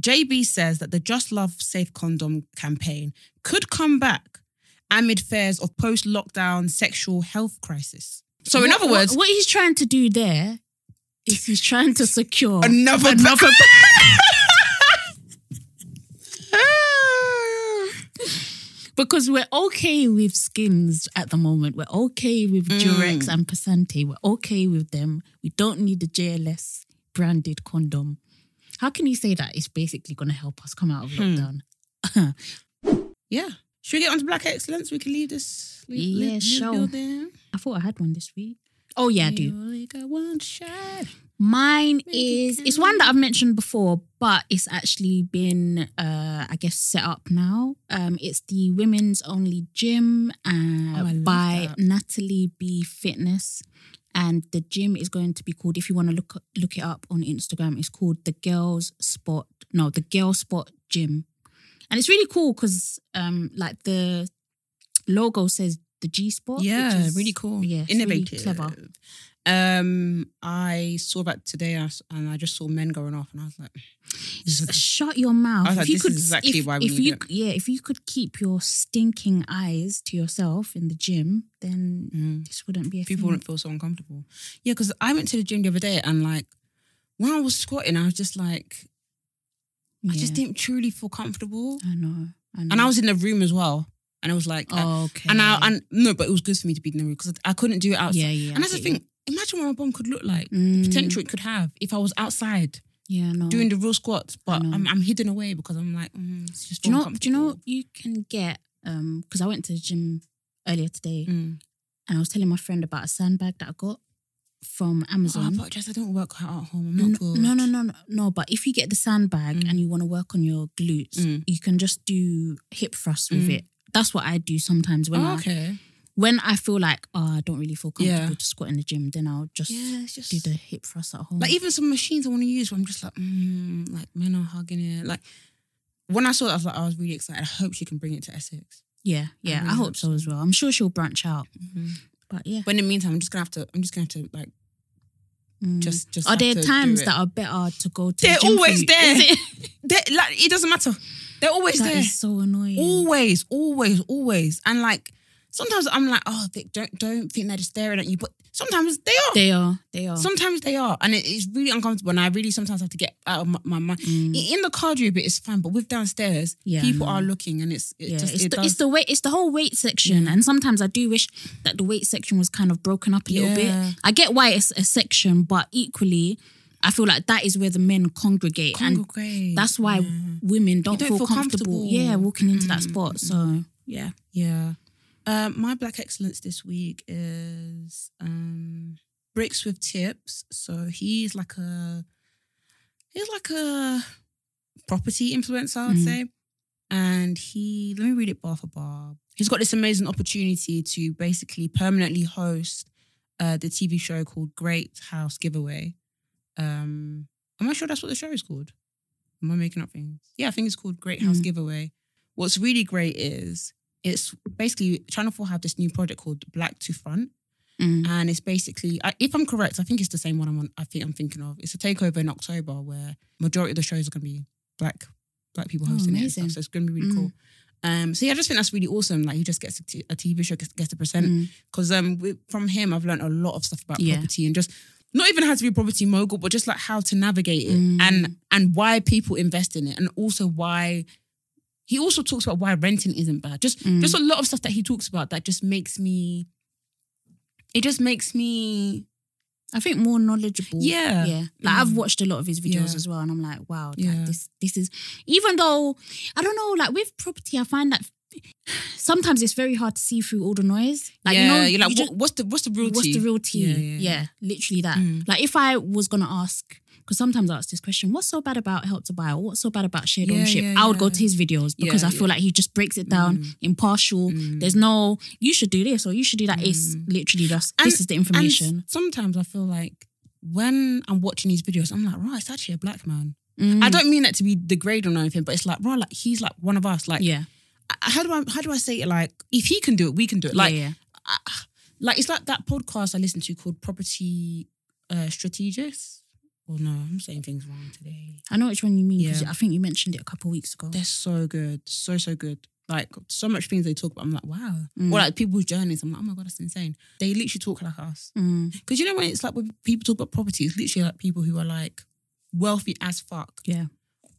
A: JB says that the Just Love Safe Condom campaign could come back amid fears of post-lockdown sexual health crisis. So in
B: What-
A: other words,
B: what, what he's trying to do there is he's trying to secure
A: another another.
B: because we're okay with skins at the moment. We're okay with Durex and Pasante. We're okay with them. We don't need the JLS branded condom. How can you say that it's basically going to help us come out of lockdown?
A: yeah. Should we get on to Black Excellence? We can leave this. Leave,
B: Yeah,
A: leave,
B: sure.
A: Leave building.
B: I thought I had one this week. Oh yeah, I do.
A: You only got one shot.
B: Mine
A: Maybe
B: is it's
A: can-
B: one that I've mentioned before, but it's actually been uh I guess set up now. Um it's the women's only gym uh,
A: Oh, I love
B: by
A: that.
B: Natalie B Fitness. And the gym is going to be called, if you want to look look it up on Instagram, it's called the Girls Spot. No, the Girl Spot Gym. And it's really cool because um like the logo says the G Spot. which
A: Yeah,
B: is-
A: really cool.
B: Yeah, it's really
A: innovative,
B: clever.
A: Um, I saw that today, and I s- and I just saw men going off, and I was like, this is-
B: Shut your mouth.
A: I was like,
B: if you
A: this
B: could,
A: is exactly
B: if,
A: why we
B: if
A: need
B: you,
A: it.
B: Yeah, if you could keep your stinking eyes to yourself in the gym, then
A: Mm.
B: this wouldn't be a
A: people
B: thing.
A: wouldn't feel so uncomfortable. Yeah, because I went to the gym the other day, and like when I was squatting, I was just like, I just
B: Yeah,
A: didn't truly feel comfortable,
B: I know. I know.
A: and I was in the room as well, and it was like, I-
B: Mm. Oh, okay.
A: and I and no, but it was good for me to be in the room because I couldn't do it outside.
B: yeah, yeah.
A: and that's
B: I
A: the
B: get you.
A: thing. Imagine what my bum could look like.
B: Mm,
A: The potential it could have if I was outside
B: Yeah, no.
A: doing the real squats, but
B: know.
A: I'm, I'm hidden away because I'm like, mm, it's just
B: do you
A: feel
B: know? Do you know what
A: uncomfortable.
B: you can get? Um, because I went to the gym earlier today,
A: Mm.
B: and I was telling my friend about a sandbag that I got from
A: Oh, I
B: Amazon.
A: apologize. I don't work out at home. I'm
B: No,
A: not good.
B: no, no, no, no, no. But if you get the sandbag
A: Mm.
B: and you want to work on your glutes,
A: Mm.
B: you can just do hip thrusts with
A: Mm.
B: it. That's what I do sometimes when
A: Oh,
B: I
A: okay.
B: when I feel like oh, I don't really feel comfortable
A: Yeah.
B: to squat in the gym. Then I'll just
A: Yeah, it's just
B: do the hip thrusts at home.
A: like even some machines I want to use. Where I'm just like, mm, like men are hugging it. Like when I saw that, I was like, I was really excited. I hope she can bring it to Essex.
B: yeah, yeah. I,
A: really
B: hope
A: hope
B: so as well. I'm sure she'll branch out. But yeah,
A: But in the meantime, I'm just gonna have to. I'm just gonna have to like
B: Mm.
A: just just.
B: are
A: have
B: there
A: to do
B: times
A: it.
B: that are better to go to? the
A: They're
B: gym for
A: always
B: you?
A: there.
B: Is it?
A: They're, like it doesn't matter. They're always
B: That
A: there.
B: is so annoying.
A: Always, always, always. And like sometimes I'm like, oh, they don't don't think they're just staring at you, but sometimes they are.
B: They are. They are.
A: Sometimes they are, and it, it's really uncomfortable. And I really sometimes have to get out of my, my mind.
B: Mm.
A: In the cardio bit, it's fine, but with downstairs,
B: Yeah,
A: people
B: no.
A: are looking, and it's it
B: yeah,
A: just
B: it's,
A: it
B: the,
A: does.
B: it's the weight. It's the whole weight section, and sometimes I do wish that the weight section was kind of broken up a little
A: Yeah.
B: bit. I get why it's a section, but equally, I feel like that is where the men congregate, and
A: Congregate.
B: that's why
A: Mm-hmm.
B: women don't,
A: don't
B: feel,
A: feel
B: comfortable,
A: comfortable. Mm-hmm.
B: Yeah, walking into that spot. So yeah,
A: Yeah. Um, my black excellence this week is um, bricks with tips. So he's like a he's like a property influencer, I'd
B: Mm.
A: say. And he let me read it bar for bar. He's got this amazing opportunity to basically permanently host uh, the TV show called Great House Giveaway. Um, am I sure that's what the show is called? Am I making up things? Yeah, I think it's called Great House
B: Mm.
A: Giveaway. What's really great is it's basically Channel 4 have this new project called Black to Front.
B: Mm.
A: And it's basically, I- if I'm correct, I think it's the same one I'm on, I think I'm thinking of. It's a takeover in October where majority of the shows are going to be black black people
B: Oh,
A: hosting it. And
B: amazing.
A: stuff, so it's going to be really
B: Mm.
A: cool. Um, so yeah, I just think that's really awesome. Like he just gets a, t- a TV show, gets, gets a percent. Because um, we, from him, I've learned a lot of stuff about
B: Yeah.
A: property and just not even how to be a property mogul, but just like how to navigate it
B: Mm.
A: and and why people invest in it, and also why he also talks about why renting isn't bad. Just
B: Mm.
A: just a lot of stuff that he talks about that just makes me. It just makes me
B: I think more knowledgeable.
A: Yeah. Mm.
B: Yeah. Like I've watched a lot of his videos
A: Yeah.
B: as well and I'm like, wow, like,
A: Yeah.
B: this this is even though I don't know, like with property, I find that sometimes it's very hard to see through all the noise. Like you
A: yeah.
B: know,
A: you're like
B: you
A: what,
B: just-
A: what's the what's the real
B: what's
A: tea?
B: the real tea?
A: Yeah,
B: Yeah,
A: yeah,
B: literally that.
A: Mm.
B: Like if I was gonna ask because sometimes I ask this question, what's so bad about help to buy or what's so bad about shared
A: Yeah,
B: ownership?
A: yeah,
B: I would go
A: yeah.
B: to his videos because
A: Yeah,
B: I feel like he just breaks it down, impartial.
A: Mm.
B: There's no you should do this or you should do that. It's
A: Mm.
B: literally just
A: And-
B: this is the
A: And s-
B: information.
A: sometimes I feel like when I'm watching these videos, I'm like, right, it's actually a black man.
B: Mm.
A: I don't mean that to be degrading or anything, but it's like, right, like he's like one of us. Like,
B: yeah.
A: I- how do I how do I say it? Like, if he can do it, we can do it. Like,
B: yeah, yeah.
A: like it's like that podcast I listen to called Property uh Strategist. Well, no, I'm saying things wrong today.
B: I know which one you mean 'cause
A: Yeah.
B: I think you mentioned it a couple of weeks ago.
A: They're so good, so so good. Like so much things they talk about. I'm like, wow.
B: Mm.
A: Or like people's journeys. I'm like, oh my god, that's insane. They literally talk like us.
B: Mm,
A: Because you know when it's like when people talk about property, it's literally like people who are like wealthy as fuck.
B: yeah.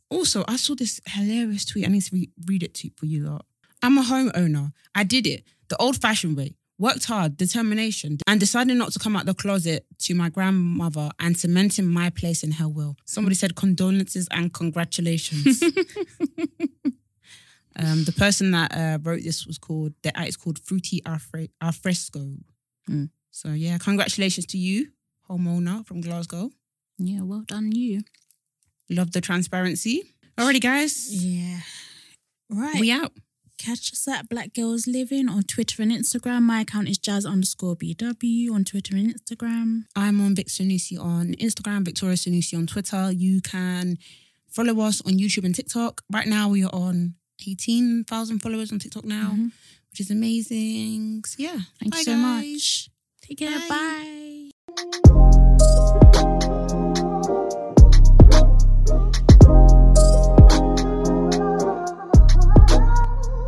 A: Also, I saw this hilarious tweet. I need to re- read it to for you lot. I'm a homeowner. I did it the old-fashioned way. Worked hard, determination, and deciding not to come out the closet to my grandmother and cementing my place in her will. Somebody said condolences and congratulations. um, the person that uh, wrote this was called the it's called Fruity Alfre- Alfresco.
B: Mm.
A: So yeah, congratulations to you, homeowner from Glasgow.
B: Yeah, well done you.
A: Love the transparency. Alrighty, guys.
B: Yeah. Right.
A: We out.
B: Catch us at Black Girls Living on Twitter and Instagram. My account is jazz underscore BW on Twitter and Instagram.
A: I'm on Vic Sunusi on Instagram, Victoria Sunusi on Twitter. You can follow us on YouTube and TikTok. Right now, we are on 18,000 followers on TikTok now,
B: Mhm.
A: which is amazing. So, yeah.
B: Thank
A: Bye,
B: you so
A: guys.
B: much. Take care.
A: Bye.
B: bye.